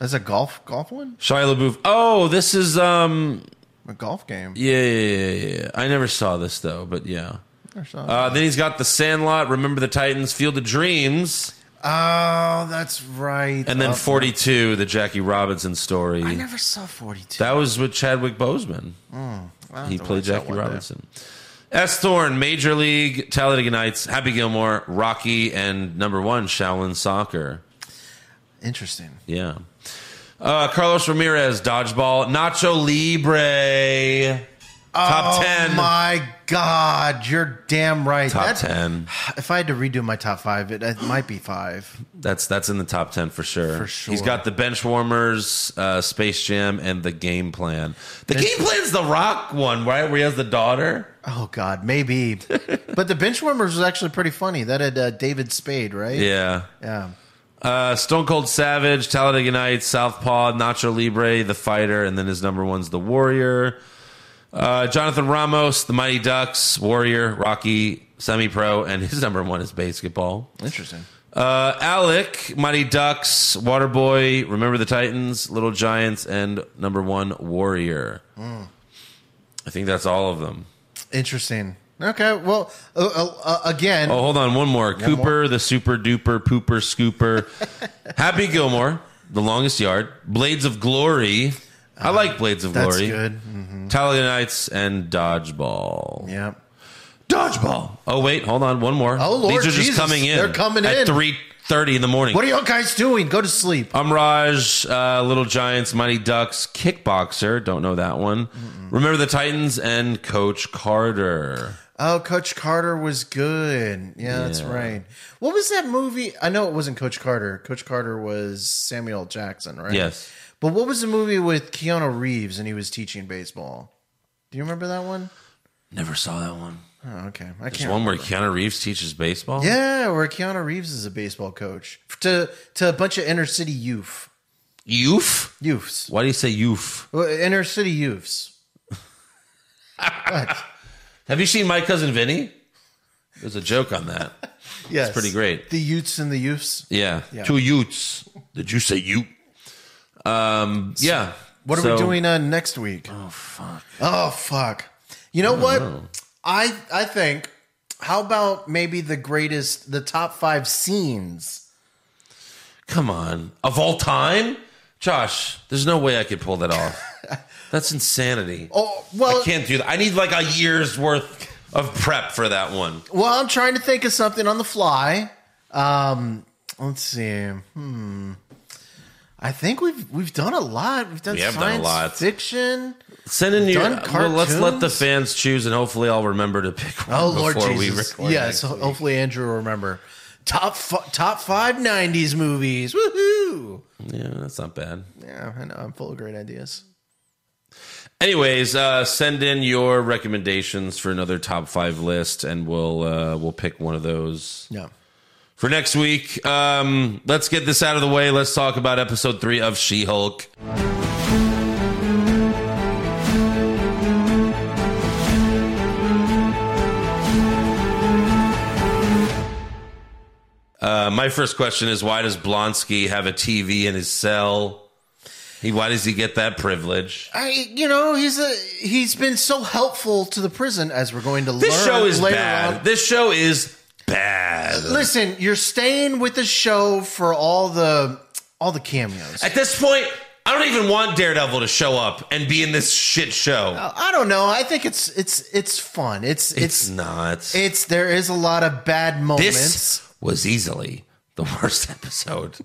That's a golf golf one.
Shia LaBeouf. Oh, this is um
A golf game.
yeah, yeah, yeah, yeah. I never saw this though, but yeah.
Or something.
Uh, then he's got the Sandlot, Remember the Titans, Field of Dreams,
oh, that's right.
and then
Oh,
42, the Jackie Robinson story.
I never saw forty two.
That was with Chadwick Boseman. he played Jackie Robinson. S. Thorne, Major League, Talladega Nights, Happy Gilmore, Rocky, and number one, Shaolin Soccer.
Interesting.
Yeah. Uh, Carlos Ramirez, Dodgeball, Nacho Libre, top 10.
Oh my God, you're damn right.
Top
That's-
10.
If I had to redo my top five, it, it might be five.
That's that's in the top ten for sure.
For sure.
He's got the bench warmers, uh, Space Jam, and the game plan. The game plan's the Rock one, right? Where he has the daughter.
Oh God, maybe. but the Benchwarmers was actually pretty funny. That had uh, David Spade, right?
Yeah.
Yeah.
Uh, Stone Cold Savage, Talladega Nights, Southpaw, Nacho Libre, The Fighter, and then his number one's The Warrior. Uh, Jonathan Ramos, The Mighty Ducks, Warrior, Rocky, Semi Pro, and his number one is Basketball.
Interesting.
Uh, Alec, Mighty Ducks, Waterboy, Remember the Titans, Little Giants, and number one, Warrior. I think that's all of them.
Interesting. Okay. Well, uh, uh, uh, again,
Oh, hold on, one more. Cooper, the super duper pooper scooper. Happy Gilmore, the longest yard. Blades of Glory. I like Blades of
Uh, that's
Glory.
good. Mm,
Talladega Nights and Dodgeball.
yeah.
Dodgeball. Oh wait, hold on, one more.
Oh, Lord
these are just
Jesus.
coming in.
They're coming
at
in.
three thirty in the morning.
What are y'all guys doing? Go to sleep.
Umraj, uh, Little Giants, Mighty Ducks, Kickboxer. Don't know that one. Remember the Titans and Coach Carter.
Oh, Coach Carter was good. Yeah, that's
Yeah.
right. What was that movie? I know it wasn't Coach Carter. Coach Carter was Samuel Jackson, right?
Yes.
But what was the movie with Keanu Reeves and he was teaching baseball? Do you remember that one?
Never saw that one.
Oh, okay. I
There's
can't.
one where Keanu Reeves teaches baseball.
yeah, where Keanu Reeves is a baseball coach to to a bunch of inner city youth.
Youth.
Youths.
Why do you say youth?
Well, Inner city youths.
Have you seen My Cousin Vinny? There's a joke on that.
Yes.
pretty great.
The youths and the youths.
Yeah. Two youths. Did you say you? Um, yeah.
What are
So-
we doing uh, next week? Oh fuck. Oh fuck. You know what? I I think how about maybe the greatest the top 5 scenes?
Come on. Of all time? Josh, there's no way I could pull that off. That's insanity.
Oh, well,
I can't do that. I need like a year's worth of prep for that one.
Well, I'm trying to think of something on the fly. Um, let's see. Hmm. I think we've we've done a lot. We've done
We have done a
science
lot.
fiction.
Send in your. uh,
Done
well, let's let the
cartoons?
fans choose, and hopefully I'll remember to pick one
Oh Lord
before we
Jesus!
record.
yes, ho- hopefully Andrew will remember. Top f- top five '90s movies. Woohoo!
Yeah, that's not bad.
Yeah, I know. I'm full of great ideas.
Anyways, uh, send in your recommendations for another top five list, and we'll uh, we'll pick one of those
Yeah.
for next week. Um, let's get this out of the way. Let's talk about episode three of She Hulk. Uh, my first question is why does Blonsky have a TV in his cell? He, why does he get that privilege?
I, you know, he's a he's been so helpful to the prison as we're going to
This
learn
show is
later
bad.
on.
This show is bad.
Listen, you're staying with the show for all the all the cameos. I,
At this point, I don't even want Daredevil to show up and be in this shit show.
I don't know. I think it's it's it's fun. It's
it's,
it's
not.
it's there is a lot of bad moments.
this was easily the worst episode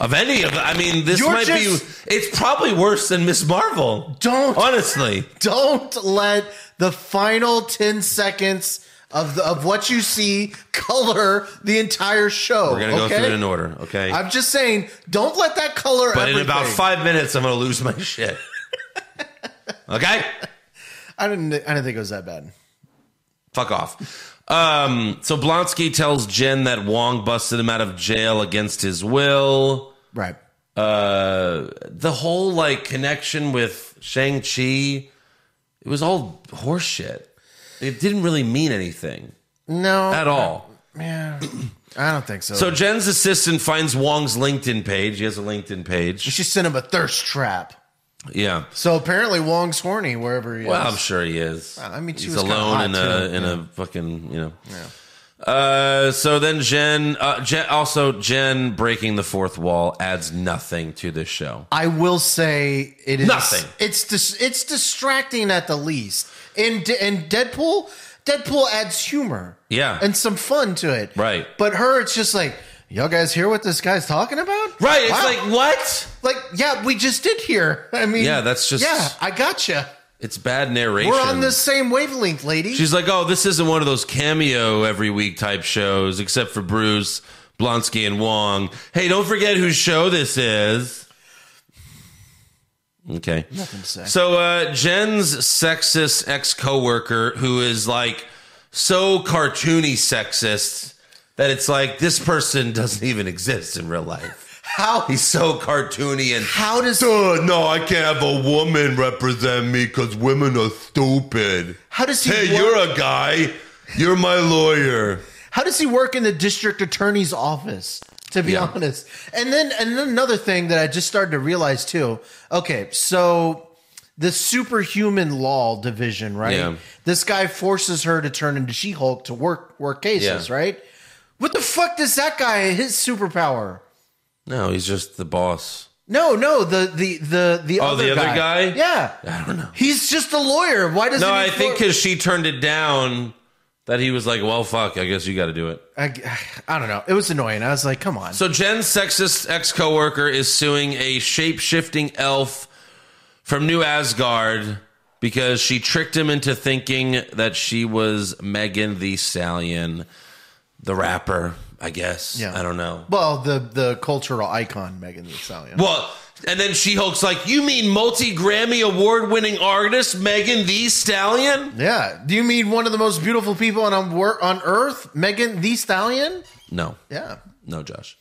of any of. the- I mean, this
You're
might
just-
be. It's probably worse than Miss Marvel.
Don't-
honestly.
Don't let the final 10 seconds of the, of what you see color the entire show.
We're gonna go through it in order, okay?
I'm just saying, don't let that color
but
everything.
in about five minutes, I'm gonna lose my shit. okay,
I didn't I didn't think it was that bad.
fuck off. Um, so Blonsky tells Jen that Wong busted him out of jail against his will.
Right.
Uh, the whole like connection with Shang Chi, it was all horseshit. It didn't really mean anything
No.
at all.
Yeah. I don't think so.
So Jen's assistant finds Wong's LinkedIn page. He has a LinkedIn page.
she sent him a thirst trap.
Yeah.
So apparently Wong's horny wherever he
Well, I'm
is.
sure he is.
I mean, she
he's
was kinda
alone
hot,
in a
too.
in a fucking you know. Uh, so then Jen, uh, Jen, also Jen breaking the fourth wall adds nothing to this show.
I will say it is
Nothing.
It's dis- it's distracting at the least. In D- in Deadpool, Deadpool adds humor,
Yeah.
and some fun to it,
Right.
But her, it's just like y'all guys hear what this guy's talking about,
Right? It's
Wow.
like what?
like yeah, we just did here. I mean,
Yeah, that's just-
yeah. I gotcha.
It's bad narration.
We're on the same wavelength, lady.
She's like, oh, this isn't one of those cameo every week type shows, except for Bruce Blonsky and Wong. Hey, don't forget whose show this is. Okay.
Nothing to say.
So uh, Jen's sexist ex coworker, who is like so cartoony sexist that it's like this person doesn't even exist in real life.
how
He's so cartoony and
how does
"Uh, no, I can't have a woman represent me because women are stupid.
how does he
Hey,
work,
you're a guy. You're my lawyer.
how does he work in the district attorney's office to be
Yeah.
honest and then and then another thing that i just started to realize too okay so the superhuman law division right
Yeah.
this guy forces her to turn into she-hulk to work work cases
Yeah.
right what the fuck does that guy his superpower
No, he's just the boss.
no no the the the the
Oh,
other
the other guy?
yeah
I don't know.
he's just a lawyer why doesn't
No,
he
I
for-
think because she turned it down, that he was like, well, fuck, I guess you got to do it.
I, I don't know it was annoying i was like come on
So Jen's sexist ex coworker is suing a shape shifting elf from New Asgard because she tricked him into thinking that she was Megan the Stallion, the rapper. I guess.
Yeah.
I don't know.
well the the cultural icon megan Thee stallion
Well, and then She Hulk's like, "You mean multi Grammy award winning artist Megan the Stallion?"
Yeah. Do you mean one of the most beautiful people on on, wor- on earth, Megan the Stallion?
No,
Yeah.
no, Josh.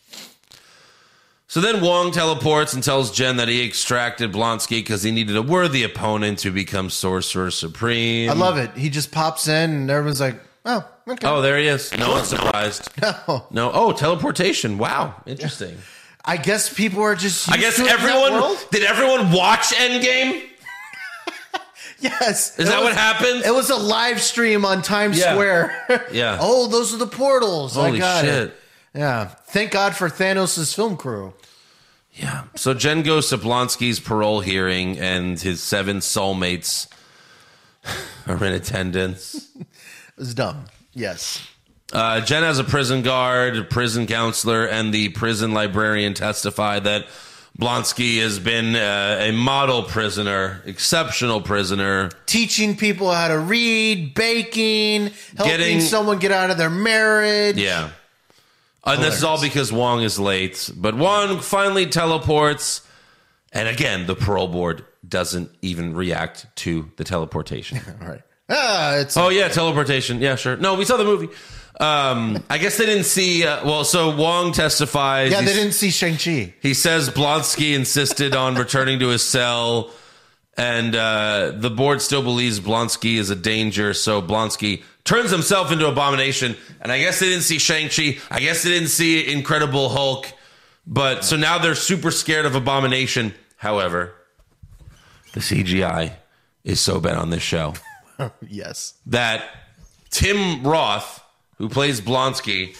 So then Wong teleports and tells Jen that he extracted Blonsky because he needed a worthy opponent to become Sorcerer Supreme.
I love it. He just pops in and everyone's like, "Oh, okay."
Oh, there he is. No one's surprised.
No.
No. Oh, teleportation. Wow. Interesting.
I guess people are just
I
used
guess
to it in that
everyone.
world.
Did everyone watch Endgame?
Yes.
Is that what happened?
It was a live stream on Times
Yeah.
Square.
Yeah.
oh, those are the portals. I
Holy
got
shit.
it. Yeah. Thank God for Thanos' film crew.
Yeah. So Jen goes to Blonsky's parole hearing, and his seven soulmates are in attendance.
It was dumb. Yes.
Uh, Jen has a prison guard, a prison counselor, and the prison librarian testify that Blonsky has been uh, a model prisoner, exceptional prisoner.
Teaching people how to read, baking, helping
Getting-
someone get out of their marriage.
Yeah. And this is all because Wong is late. But Wong finally teleports. And again, the parole board doesn't even react to the teleportation.
All right. Ah, it's
Oh yeah, teleportation. Yeah, sure. No, we saw the movie. Um, I guess they didn't see. Uh, well, so Wong testifies.
Yeah, they
He's-
didn't see Shang-Chi.
He says Blonsky insisted on returning to his cell, and uh, the board still believes Blonsky is a danger. So Blonsky turns himself into abomination. And I guess they didn't see Shang Chi. I guess they didn't see Incredible Hulk. But so now they're super scared of abomination. However, the CGI is so bad on this show
Oh, Yes.
that Tim Roth, who plays Blonsky,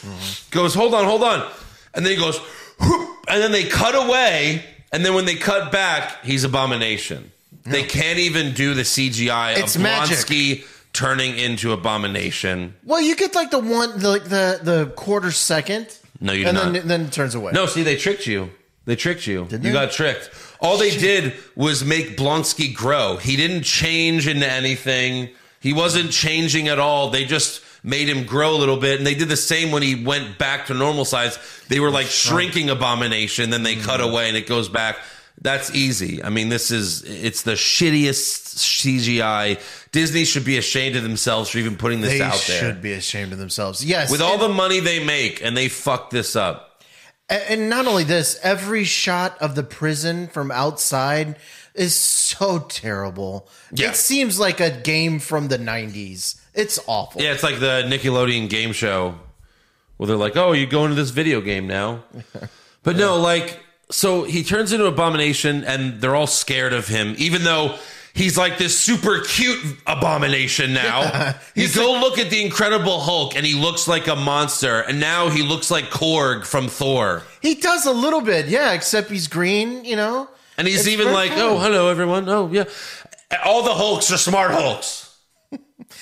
goes, hold on, hold on. And then he goes, "Whoop," and then they cut away. And then when they cut back, he's Abomination. They can't even do the CGI
It's
of
magic.
Blonsky turning into Abomination.
Well, you get like the one, the, like the the quarter second.
No, you do
and
not.
then then it turns away.
No, see, they tricked you. They tricked you. you
they?
got tricked. All they did was make Blonsky grow. He didn't change into anything. He wasn't changing at all. They just made him grow a little bit. And they did the same when he went back to normal size. They were like shrinking Abomination. Then they
Mm.
cut away and it goes back. That's easy. I mean, this is, it's the shittiest CGI. Disney should be ashamed of themselves for even putting this
they
out there.
should be ashamed of themselves. Yes,
With all
and-
the money they make, and they fucked this up.
A- And not only this, every shot of the prison from outside is so terrible.
Yeah.
It seems like a game from the 90s. It's awful.
Yeah, it's like the Nickelodeon game show where they're like, "Oh, you go into this video game now." But no, like so he turns into Abomination and they're all scared of him even though he's like this super cute Abomination now. you go look at the Incredible Hulk and he looks like a monster and now he looks like Korg from Thor.
He does a little bit, yeah, except he's green, you know?
And he's
It's
even
very
like,
fun.
"Oh, hello everyone. Oh, yeah. All the Hulks are smart Hulks."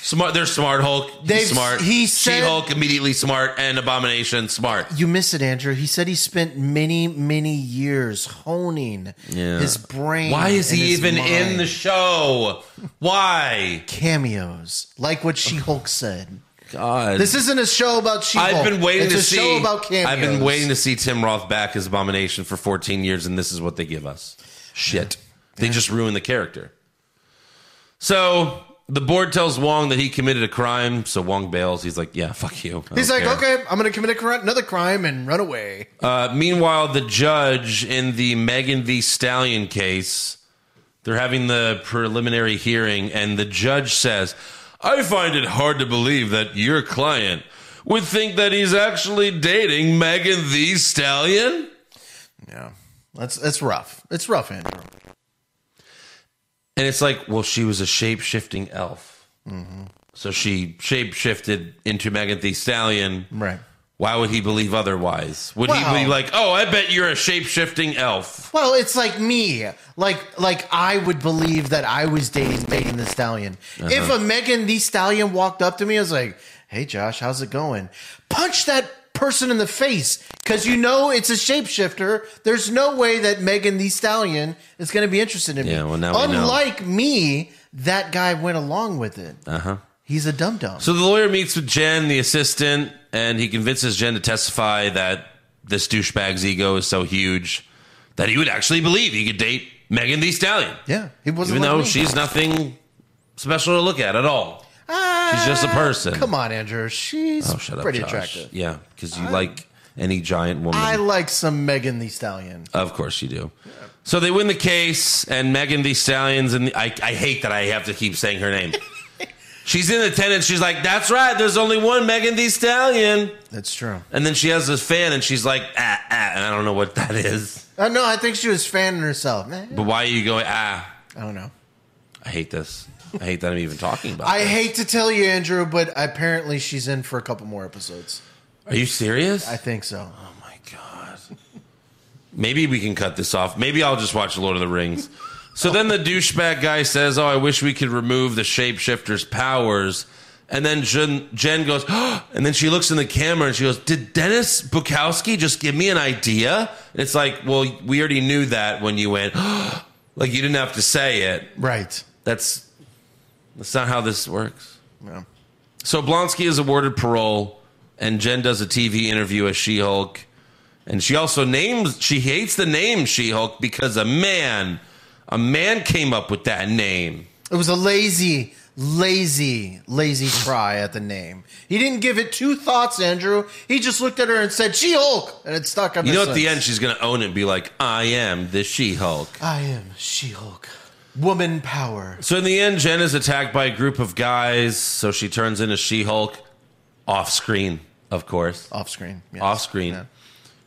Smart, they're smart Hulk. He's
They've-
smart.
he said-
she Hulk immediately smart and Abomination smart.
You miss it, Andrew. He said he spent many, many years honing his brain.
Why is
and
he
his
even in the
mind.
show? Why?
cameos? Like what She Hulk said.
God.
This isn't a show about She Hulk.
I've been waiting
it's
to
a
see.
show about cameos.
I've been waiting to see Tim Roth back as Abomination for 14 years, and this is what they give us. Shit. They just ruin the character. So the board tells Wong that he committed a crime. So Wong bails. He's like, "Yeah, fuck you." I
He's
don't
like,
care.
okay, I'm going to commit a cri- another crime and run away.
Uh, meanwhile, the judge in the Megan the Stallion case, they're having the preliminary hearing, and the judge says, I find it hard to believe that your client would think that he's actually dating Megan the Stallion.
Yeah, that's that's rough. It's rough, Andrew.
And it's like, well, she was a shape shifting elf. So she shape shifted into Megan the Stallion.
Right.
Why would he believe otherwise? Would he
Well-
be like, oh, I bet you're a shape shifting elf?
Well, it's like me. Like like I would believe that I was dating Megan the Stallion.
Uh-huh.
If a Megan the Stallion walked up to me, I was like, "Hey, Josh, how's it going?" Punch that person in the face because you know it's a shapeshifter. There's no way that Megan the Stallion is going to be interested in
Yeah,
me.
well, now we know.
Unlike me, that guy went along with it. Uh huh. He's a dum dum.
Uh-huh. So the lawyer meets with Jen, the assistant, and he convinces Jen to testify that this douchebag's ego is so huge that he would actually believe he could date Megan the Stallion,
yeah, he wasn't.
even
like
though
me.
she's nothing special to look at at all. She's just a person.
Ah, Come on, Andrew. She's
Oh, shut up,
pretty
Josh.
attractive.
Yeah, because you like any giant woman.
I like some Megan the Stallion.
Of course you do. So they win the case, and Megan the Stallions, and the, I, I hate that I have to keep saying her name. she's in attendance. She's like, "That's right. There's only one Megan the Stallion."
That's true.
And then she has this fan, and she's like, ah, ah, and I don't know what that is.
Uh, no, I think she was fanning herself. Eh,
But why are you going, ah?
I don't know.
I hate this. I hate that I'm even talking about
I
this.
hate to tell you, Andrew, but apparently she's in for a couple more episodes.
Are you serious?
I think so.
oh my God. Maybe we can cut this off. Maybe I'll just watch Lord of the Rings. So then the douchebag guy says, oh, I wish we could remove the shapeshifter's powers. And then Jen, Jen goes, oh, and then she looks in the camera and she goes, Did Dennis Bukowski just give me an idea? And it's like, Well, we already knew that when you went, oh, like you didn't have to say it.
Right.
That's that's not how this works.
No.
So Blonsky is awarded parole, and Jen does a TV interview as She Hulk, and she also names she hates the name She Hulk because a man, a man came up with that name.
It was a lazy, lazy, lazy try at the name. He didn't give it two thoughts, Andrew. He just looked at her and said, She Hulk! And it stuck on
You know, at the end, she's gonna own it and be like, "I am the She Hulk."
I am She Hulk. Woman power.
So in the end, Jen is attacked by a group of guys, so she turns into She Hulk, off screen, of course.
Off screen. yes.
off screen.
Yeah.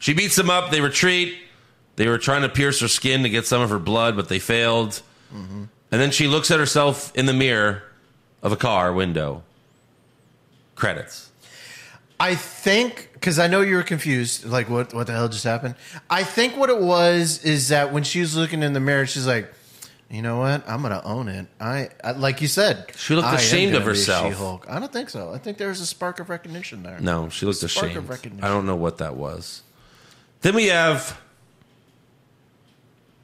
She beats them up. They retreat. They were trying to pierce her skin to get some of her blood, but they failed.
Mm-hmm.
And then she looks at herself in the mirror of a car window. Credits.
I think because I know you were confused, like what what the hell just happened. I think what it was is that when she was looking in the mirror, she's like, you know what, I'm gonna own it. I, I like you said,
She looked
I am
ashamed
gonna
of
be
herself.
She-Hulk. I don't think so. I think there was a spark of recognition there.
No, she looked
Spark of
ashamed.
recognition.
I don't know what that was. Then we have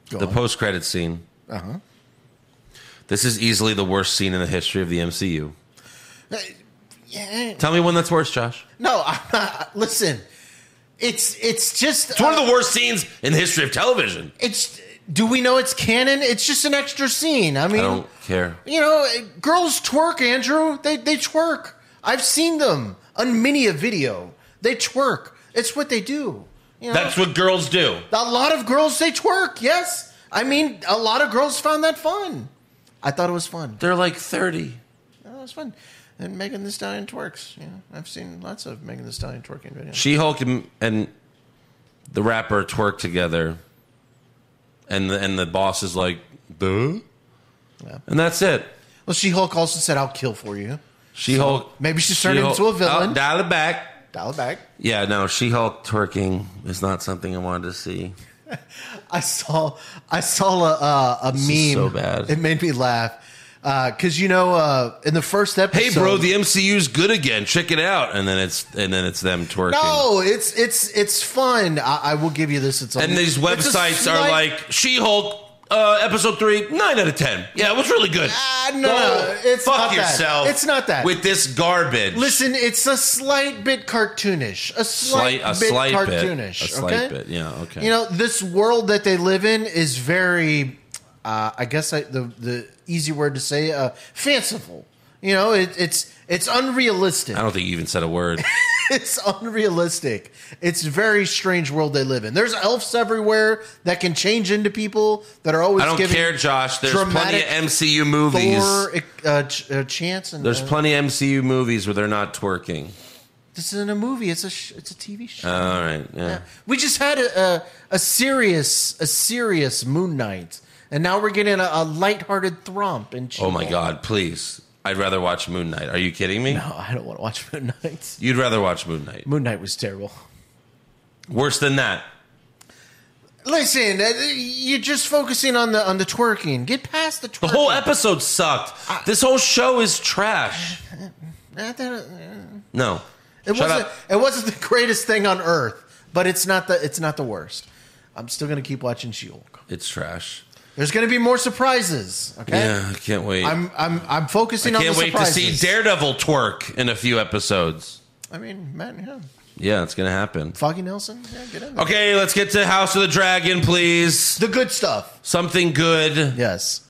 Go
the
on.
post credit scene.
Uh-huh.
This is easily the worst scene in the history of the MCU.
Hey, yeah.
Tell me one that's worse, Josh.
No, I'm not. Listen, it's it's just uh,
It's one of the worst scenes in the history of television.
it's. Do we know it's canon? It's just an extra scene. I mean,
I don't care.
You know, girls twerk, Andrew. They they twerk. I've seen them on many a video. They twerk. It's what they do. You know,
That's what girls do.
a lot of girls they twerk. Yes, I mean a lot of girls found that fun. I thought it was fun.
They're like 30.
It was fun. And Megan the Stallion twerks. You know, I've seen lots of Megan the Stallion twerking videos.
She Hulk and, and the rapper twerk together, and the, and the boss is like, duh.
Yeah.
And that's it.
well, She Hulk also said, "I'll kill for you."
She Hulk.
maybe she's turned into a villain.
Oh, dial it back.
Dial it back.
Yeah, no, She Hulk twerking is not something I wanted to see.
I saw I saw a uh, a meme.
is so bad.
It made me laugh because you know uh, in the first episode.
Hey, bro, the MCU's good again. Check it out, and then it's and then it's them twerking.
no, it's it's it's fun. I, I will give you this. It's a-
And these
it's a
websites are
slight-
like She Hulk. Uh, episode three, nine out of ten. Yeah, it was really good.
Ah, no, no, it's
fuck
not that.
yourself.
It's not that.
with this garbage.
Listen, it's a slight bit cartoonish. A slight,
Slight- a
bit
slight bit.
cartoonish.
A slight
okay?
bit, yeah, okay.
You know, this world that they live in is very, uh, I guess I, the the easy word to say, uh, fanciful. You know, it, it's it's unrealistic.
I don't think you even said a word.
It's unrealistic. It's a very strange world they live in. There's elves everywhere that can change into people that are always.
I don't
giving
care, Josh. There's plenty
dramatic
of MCU movies.
Thor, uh, ch- uh, chance and
There's
uh,
plenty of MCU movies where they're not twerking.
This isn't a movie. It's a sh- it's a TV show.
All right. Yeah.
We just had a, a a serious a serious Moon Knight, and now we're getting a, a lighthearted Thrump. And
Oh my God! Please, I'd rather watch Moon Knight. Are you kidding me?
No, I don't want to watch Moon Knight.
You'd rather watch Moon Knight.
Moon Knight was terrible.
Worse than that.
Listen, uh, you're just focusing on the on the twerking. Get past the twerking.
The whole episode sucked. this whole show is trash.
Not that, uh,
No.
It
Shut
wasn't.
up.
It wasn't the greatest thing on earth, but it's not the. It's not the worst. I'm still gonna keep watching She-Hulk.
It's trash.
There's gonna be more surprises. Okay.
Yeah, I can't wait.
Eh? I'm. I'm. I'm
I
focusing on
can't
the
wait to
surprises.
see Daredevil twerk in a few episodes.
I mean, Matt. Yeah.
Yeah, it's gonna happen.
Foggy Nelson. Yeah. Get in there.
Okay, let's get to House of the Dragon, please.
The good stuff.
Something good.
Yes.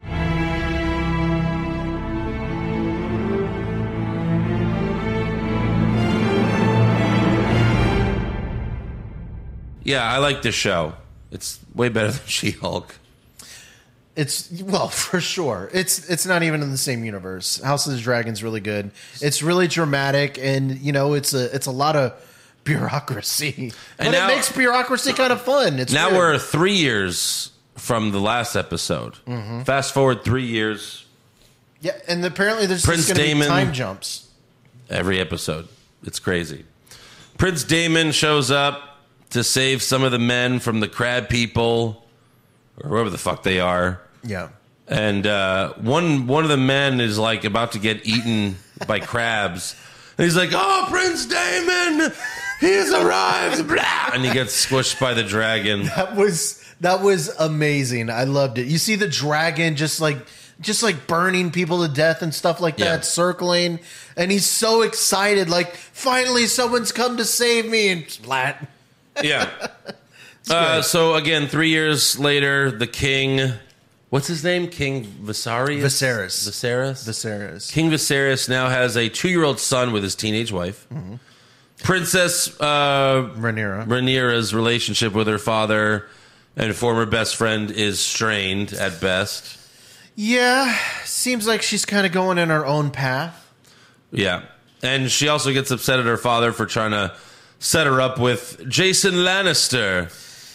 Yeah, I like this show. It's way better than She Hulk.
It's well for sure. It's it's not even in the same universe. House of the Dragon's really good. It's really dramatic, and you know it's a it's a lot of bureaucracy,
And
but
now-
it makes bureaucracy kind of fun. It's
Now
weird.
we're three years from the last episode. Fast forward three years,
yeah, and apparently there's
Prince
just going to be
Damon.
time jumps.
every episode. It's crazy. Prince Damon shows up to save some of the men from the crab people, or whoever the fuck they are.
Yeah,
and uh, one one of the men is like about to get eaten by crabs, and he's like, "Oh, Prince Damon, he's arrived!" Blah, and he gets squished by the dragon.
that was that was amazing. I loved it. You see the dragon just like just like burning people to death and stuff like that,
Yeah.
circling, and he's so excited, like finally someone's come to save me, and splat.
Yeah. Uh, so again, three years later, the king, what's his name? King Viserys.
Viserys.
Viserys.
Viserys.
King Viserys now has a two-year-old son with his teenage wife. Princess uh,
Rhaenyra.
Rhaenyra's relationship with her father and former best friend is strained at best.
Yeah, seems like she's kind of going in her own path.
Yeah. And she also gets upset at her father for trying to set her up with Jason Lannister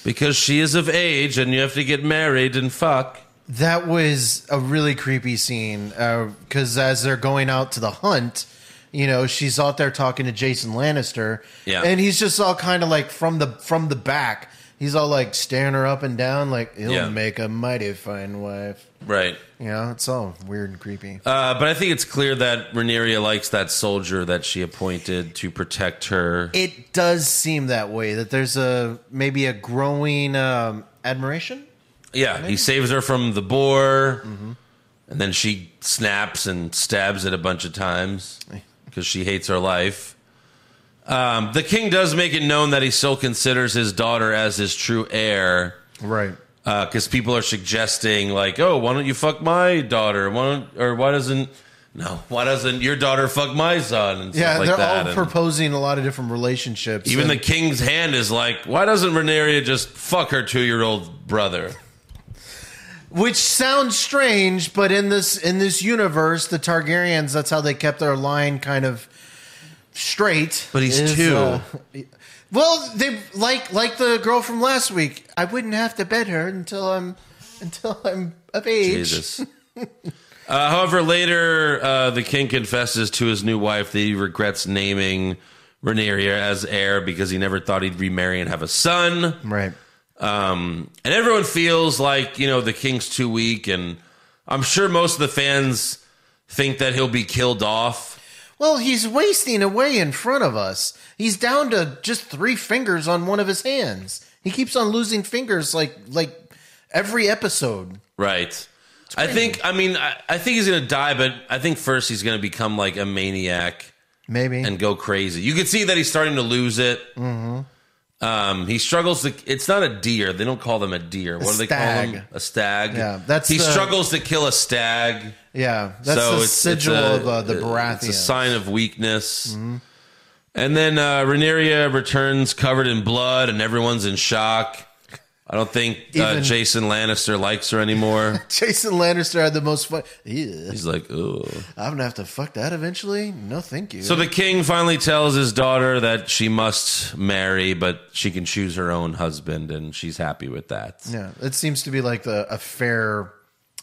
because she is of age and you have to get married and fuck.
That was a really creepy scene because as they're going out to the hunt, you know, she's out there talking to Jason Lannister,
Yeah.
and he's just all kind of like from the from the back. He's all like staring her up and down, like he'll
Yeah.
make a mighty fine wife.
Right.
You know, it's all weird and creepy.
Uh, but I think it's clear that Rhaenyra likes that soldier that she appointed to protect her.
it does seem that way. That there's a maybe a growing um, admiration.
Yeah, he saves her from the boar, and then she snaps and stabs it a bunch of times because she hates her life. Um, the king does make it known that he still considers his daughter as his true heir
Right.
because people are suggesting like, oh, why don't you fuck my daughter? Why don't or why doesn't no? Why doesn't your daughter fuck my son? And
Yeah,
stuff like
they're
that.
all
And-
proposing a lot of different relationships.
Even
and-
the king's hand is like, why doesn't Rhaenyra just fuck her two-year-old brother?
which sounds strange, but in this in this universe, the Targaryens that's how they kept their line kind of straight. uh,
But he's two.
well, they like like the girl from last week. I wouldn't have to bed her until I'm until I'm of age.
Jesus. uh, however, later uh, the king confesses to his new wife that he regrets naming Rhaenyra as heir because he never thought he'd remarry and have a son.
Right.
Um, and everyone feels like, you know, the king's too weak. And I'm sure most of the fans think that he'll be killed off.
Well, he's wasting away in front of us. He's down to just three fingers on one of his hands. He keeps on losing fingers like like every episode.
Right. I think, I mean, I, I think he's going to die, but I think first he's going to become like a maniac.
Maybe.
and go crazy. You can see that he's starting to lose it. Mm-hmm. Um, he struggles to. It's not a deer. They don't call them a deer. What do they
stag.
call them? A stag.
Yeah, that's
he
the-
struggles to kill a stag.
yeah, that's
so
the
it's, it's
sigil
a-
of uh, the Mm-hmm. Baratheon.
It's a sign of weakness. And then uh, Rhaenyra returns covered in blood, and everyone's in shock. I don't think uh,
Even-
Jason Lannister likes her anymore.
Jason Lannister had the most fun. Ew,
He's like, oh.
I'm gonna have to fuck that eventually. No, thank you.
So the king finally tells his daughter that she must marry, but she can choose her own husband, and she's happy with that
yeah, it seems to be like the a fair,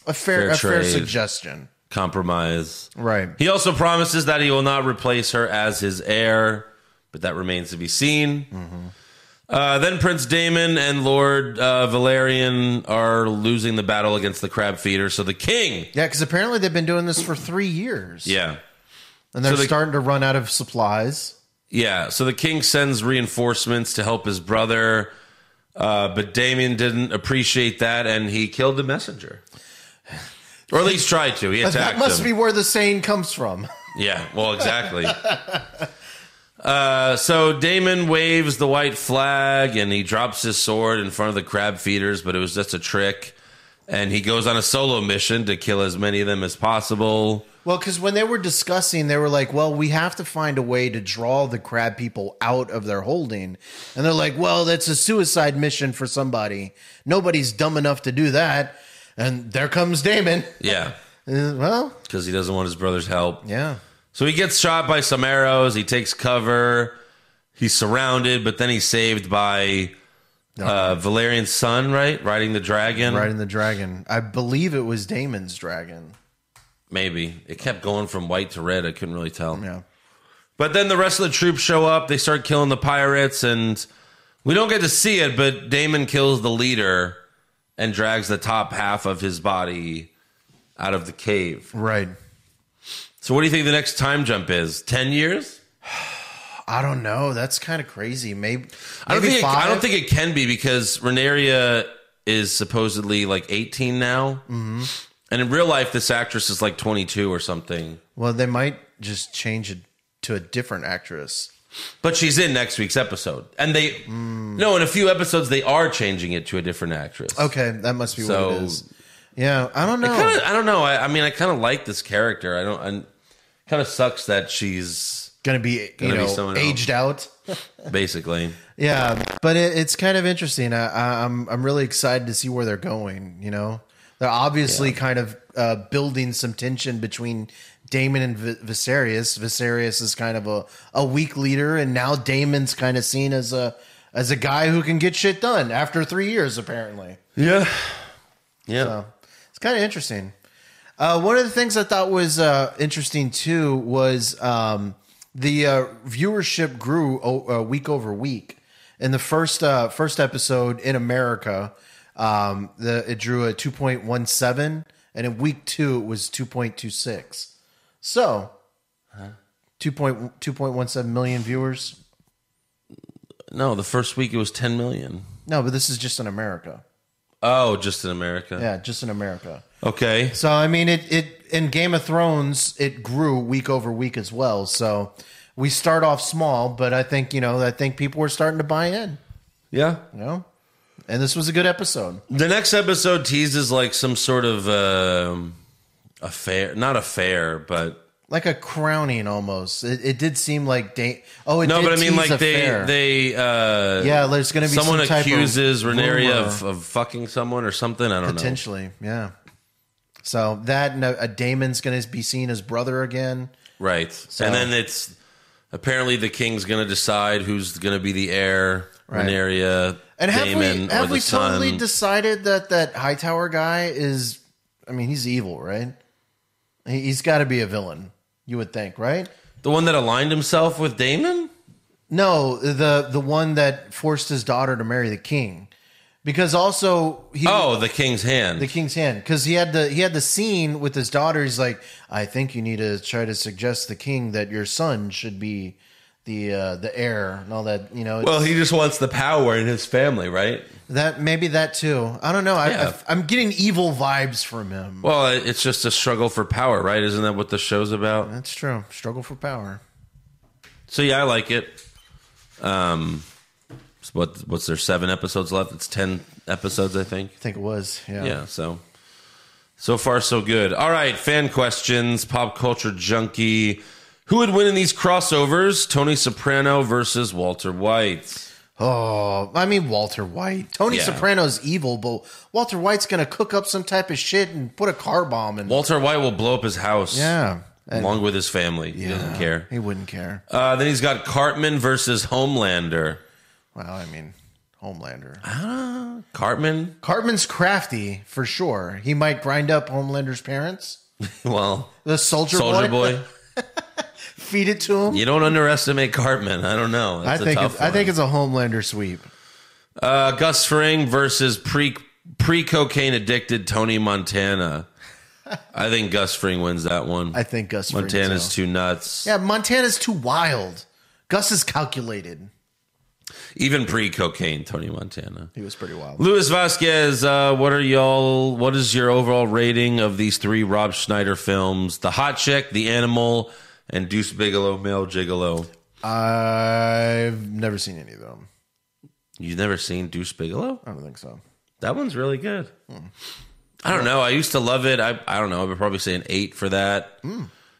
a
Fair
fair, a fair
trade.
suggestion.
compromise.
Right.
He also promises that he will not replace her as his heir, but that remains to be seen. Uh, then Prince Damon and Lord uh, Valerian are losing the battle against the crab feeder, so the king.
Yeah, because apparently they've been doing this for three years.
Yeah.
and they're
so the-
starting to run out of supplies.
Yeah, so the king sends reinforcements to help his brother, uh, but Damien didn't appreciate that, and he killed the messenger, or at least tried to. He attacked
That must
him.
be where the saying comes from.
Yeah, well, exactly. Uh, so Damon waves the white flag and he drops his sword in front of the crab feeders, but it was just a trick. And he goes on a solo mission to kill as many of them as possible.
Well, because when they were discussing, they were like, well, we have to find a way to draw the crab people out of their holding. And they're like, well, that's a suicide mission for somebody. Nobody's dumb enough to do that. And there comes Damon.
Yeah,
Uh, well,
because he doesn't want his brother's help.
yeah.
So he gets shot by some arrows. He takes cover. He's surrounded, but then he's saved by uh, Valerian's son, right? Riding the dragon.
Riding the dragon. I believe it was Damon's dragon.
Maybe. It kept going from white to red. I couldn't really tell.
Yeah.
But then the rest of the troops show up. They start killing the pirates, and we don't get to see it, but Damon kills the leader and drags the top half of his body out of the cave.
Right.
So, what do you think the next time jump is? 10 years?
I don't know. That's kind of crazy. Maybe,
I don't
maybe
think it, I
five?
don't think it can be because Renaria is supposedly like 18 now, mm-hmm. and in real life, this actress is like 22 or something.
Well, they might just change it to a different actress.
But she's in next week's episode, and they
Mm.
no in a few episodes they are changing it to a different actress.
Okay, that must be what
So-
it is. Yeah, I don't know.
Kinda- I don't know. I, I mean, I kind of like this character. I don't. I, kind of sucks that she's
gonna be you
Gonna be
know
someone else.
aged out.
basically
Yeah, but it, it's kind of interesting. I, I, I'm I'm really excited to see where they're going. You know, they're obviously kind of uh, building some tension between Damon and v- Viserys. Viserys is kind of a a weak leader, and now Damon's kind of seen as a as a guy who can get shit done after three years, apparently.
Yeah. Yeah.
So it's kind of interesting. Uh, one of the things I thought was uh, interesting too was um, the uh, viewership grew o- uh, week over week. In the first uh, first episode in America, um, the, it drew a two point one seven, and in week two it was two point two six. So. 2.1- 2.17 million viewers.
No, the first week it was 10 million.
No, but this is just in America.
Oh, just in America.
Yeah, just in America.
Okay.
So I mean, it it in Game of Thrones it grew week over week as well. So we start off small, but I think you know I think people were starting to buy in.
Yeah.
You know, and this was a good episode.
The next episode teases like some sort of um affair, not affair, but
Like a crowning almost. It, it did seem like da- oh, it
no,
did
but I mean
tease
like
a
they
fair.
they uh
yeah, there's going to be
someone
some type
accuses
of
Renaria
rumor,
of, of fucking someone or something. I don't know.
potentially, yeah. So that and a, a Damon's going to be seen as brother again.
Right. And then it's apparently the king's going to decide who's going to be the heir,
Right.
Renaria,
And have
Damon,
we have
or
we
the son.
totally decided that that Hightower guy is? I mean, he's evil, right? He- He's got to be a villain, you would think, right?
the one that aligned himself with Damon?
No, the the one that forced his daughter to marry the king, because also he
Oh, the king's hand.
the king's hand because he had the he had the scene with his daughter. He's like, I think you need to try to suggest the king that your son should be the uh, the heir and all that. You know, it's-
well, he just wants the power in his family, right?
that maybe that too. I don't know. I,
Yeah.
I, I'm getting evil vibes from him.
Well, it- it's just a struggle for power, right? Isn't that what the show's about?
That's true. Struggle for power.
So yeah, I like it. Um, so what what's there? Seven episodes left. It's ten episodes, I think.
I think it was. Yeah.
Yeah. So so far so good. All right, fan questions. Pop culture junkie. Who would win in these crossovers? Tony Soprano versus Walter White.
Oh, I mean Walter White. Tony
Yeah.
Soprano's evil, but Walter White's gonna cook up some type of shit and put a car bomb in.
Walter White will blow up his house.
yeah. And-
Along with his family. He doesn't
yeah,
care.
He wouldn't care.
Uh, then he's got Cartman versus Homelander.
Well, I mean, Homelander.
Cartman?
Cartman's crafty for sure. He might grind up Homelander's parents.
Well,
The soldier
Soldier
boy,
Boy.
feed it to him.
You don't underestimate Cartman. I don't know.
I
That's a
think
tough
it's, I think
one.
it's a Homelander sweep.
uh, Gus Fring versus pre pre cocaine addicted Tony Montana. I think Gus Fring wins that one.
I think Gus Fring,
Montana's
too.
too nuts.
Yeah, Montana's too wild. Gus is calculated.
Even pre cocaine Tony Montana.
He was pretty wild.
Luis Vasquez, uh, what are y'all? What is your overall rating of these three Rob Schneider films? The Hot Chick, The Animal, and Deuce Bigelow, Male Gigolo.
I've never seen any of them.
You've never seen Deuce Bigelow?
I don't think so.
That one's really good. I don't know. I used to love it. I I don't know. I would probably say an eight for that.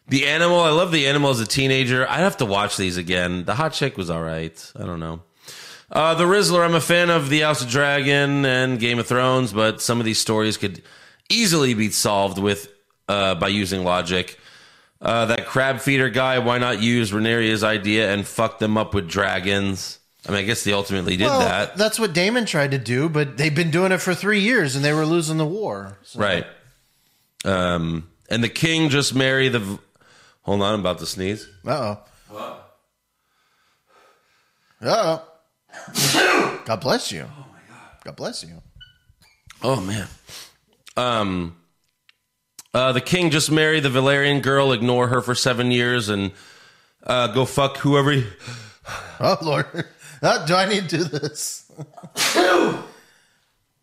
The Animal. I love The Animal as a teenager. I'd have to watch these again. The Hot Chick was all right. I don't know. Uh, the Rizzler. I'm a fan of The House of Dragon and Game of Thrones, but some of these stories could easily be solved with uh, by using logic. Uh, that crab feeder guy. Why not use Renaria's idea and fuck them up with dragons? I mean, I guess they ultimately did
Well,
that.
that's what Damon tried to do, but they've been doing it for three years and they were losing the war. So-
Right. Um, and the king just married the. v- Hold on, I'm about to sneeze.
Uh oh. Uh oh. God bless you. Oh my God. God bless you.
Oh man. Um. Uh, the king just married the Valerian girl. Ignore her for seven years and uh, go fuck whoever. he-
Oh Lord. Oh, do I need to do this?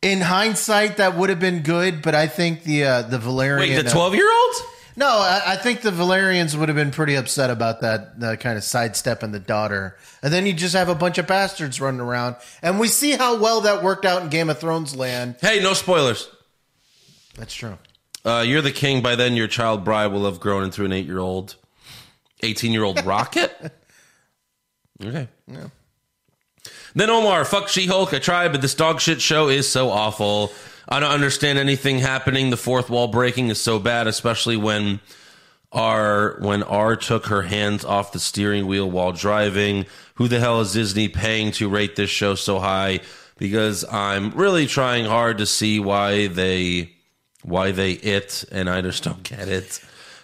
In hindsight, that would have been good, but I think the uh, the Valerian
Wait, the twelve year old?
No, I, I think the Valerians would have been pretty upset about that, that kind of sidestepping the daughter. And then you just have a bunch of bastards running around. And we see how well that worked out in Game of Thrones land.
Hey, no spoilers.
That's true.
Uh, you're the king. By then, your child bride will have grown into an eight year old, 18 year old rocket. Okay. Yeah. Then Omar, fuck She Hulk. I tried, but this dog shit show is so awful. I don't understand anything happening. The fourth wall breaking is so bad, especially when R when R took her hands off the steering wheel while driving. Who the hell is Disney paying to rate this show so high? Because I'm really trying hard to see why they why they it and I just don't get it.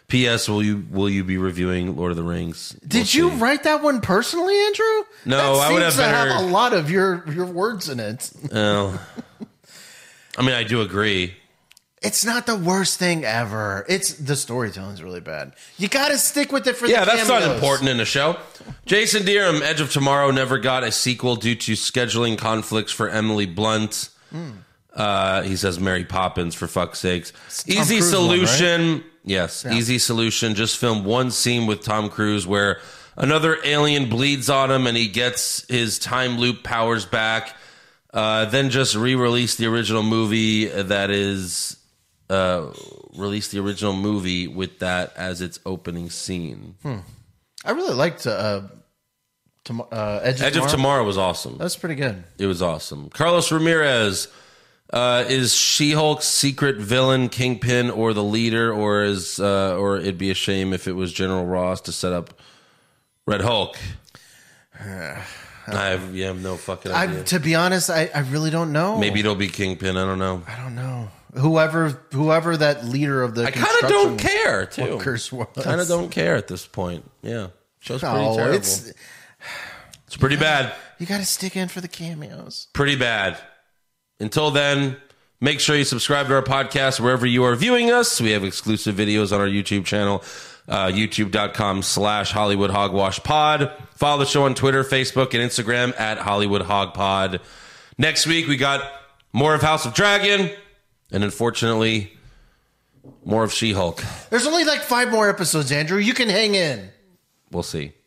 P.S. Will you will you be reviewing Lord of the Rings?
Did you write that one personally, Andrew?
No,
that
I would have
to have
better-
a lot of your your words in it.
Well, I mean, I do agree.
It's not the worst thing ever. It's the storytelling's really bad. You got to stick with it for
Yeah,
the
that's not
cameos.
important in a show. Jason Deerham, Edge of Tomorrow, never got a sequel due to scheduling conflicts for Emily Blunt. Uh, he says Mary Poppins for fuck's sakes.
Tom
Easy
Cruise one, right?
solution. Yes, easy solution. Just film one scene with Tom Cruise where another alien bleeds on him and he gets his time loop powers back. Uh, then just re-release the original movie that is uh, release the original movie with that as its opening scene.
I really liked uh, tom- uh, Edge,
Edge of Tomorrow was awesome.
That's pretty good.
It was awesome. Carlos Ramirez uh, is She Hulk's secret villain, kingpin, or the leader, or is uh, or it'd be a shame if it was General Ross to set up Red Hulk. I have, yeah, I have no fucking
I,
idea.
to be honest, I, I really don't know.
Maybe it'll be Kingpin. I don't know.
I don't know. Whoever whoever that leader of the
I kind of don't care too.
Workers was.
Kind of don't care at this point. Yeah, show's pretty
No,
terrible.
it's
it's pretty bad.
you got to stick in for the cameos.
pretty bad. Until then, make sure you subscribe to our podcast wherever you are viewing us. We have exclusive videos on our YouTube channel, uh, youtube.com slash Hollywood Hogwash Pod. Follow the show on Twitter, Facebook, and Instagram at Hollywood Hog Pod. Next week, we got more of House of Dragon, and unfortunately, more of She Hulk.
There's only like five more episodes, Andrew. You can hang in.
We'll see.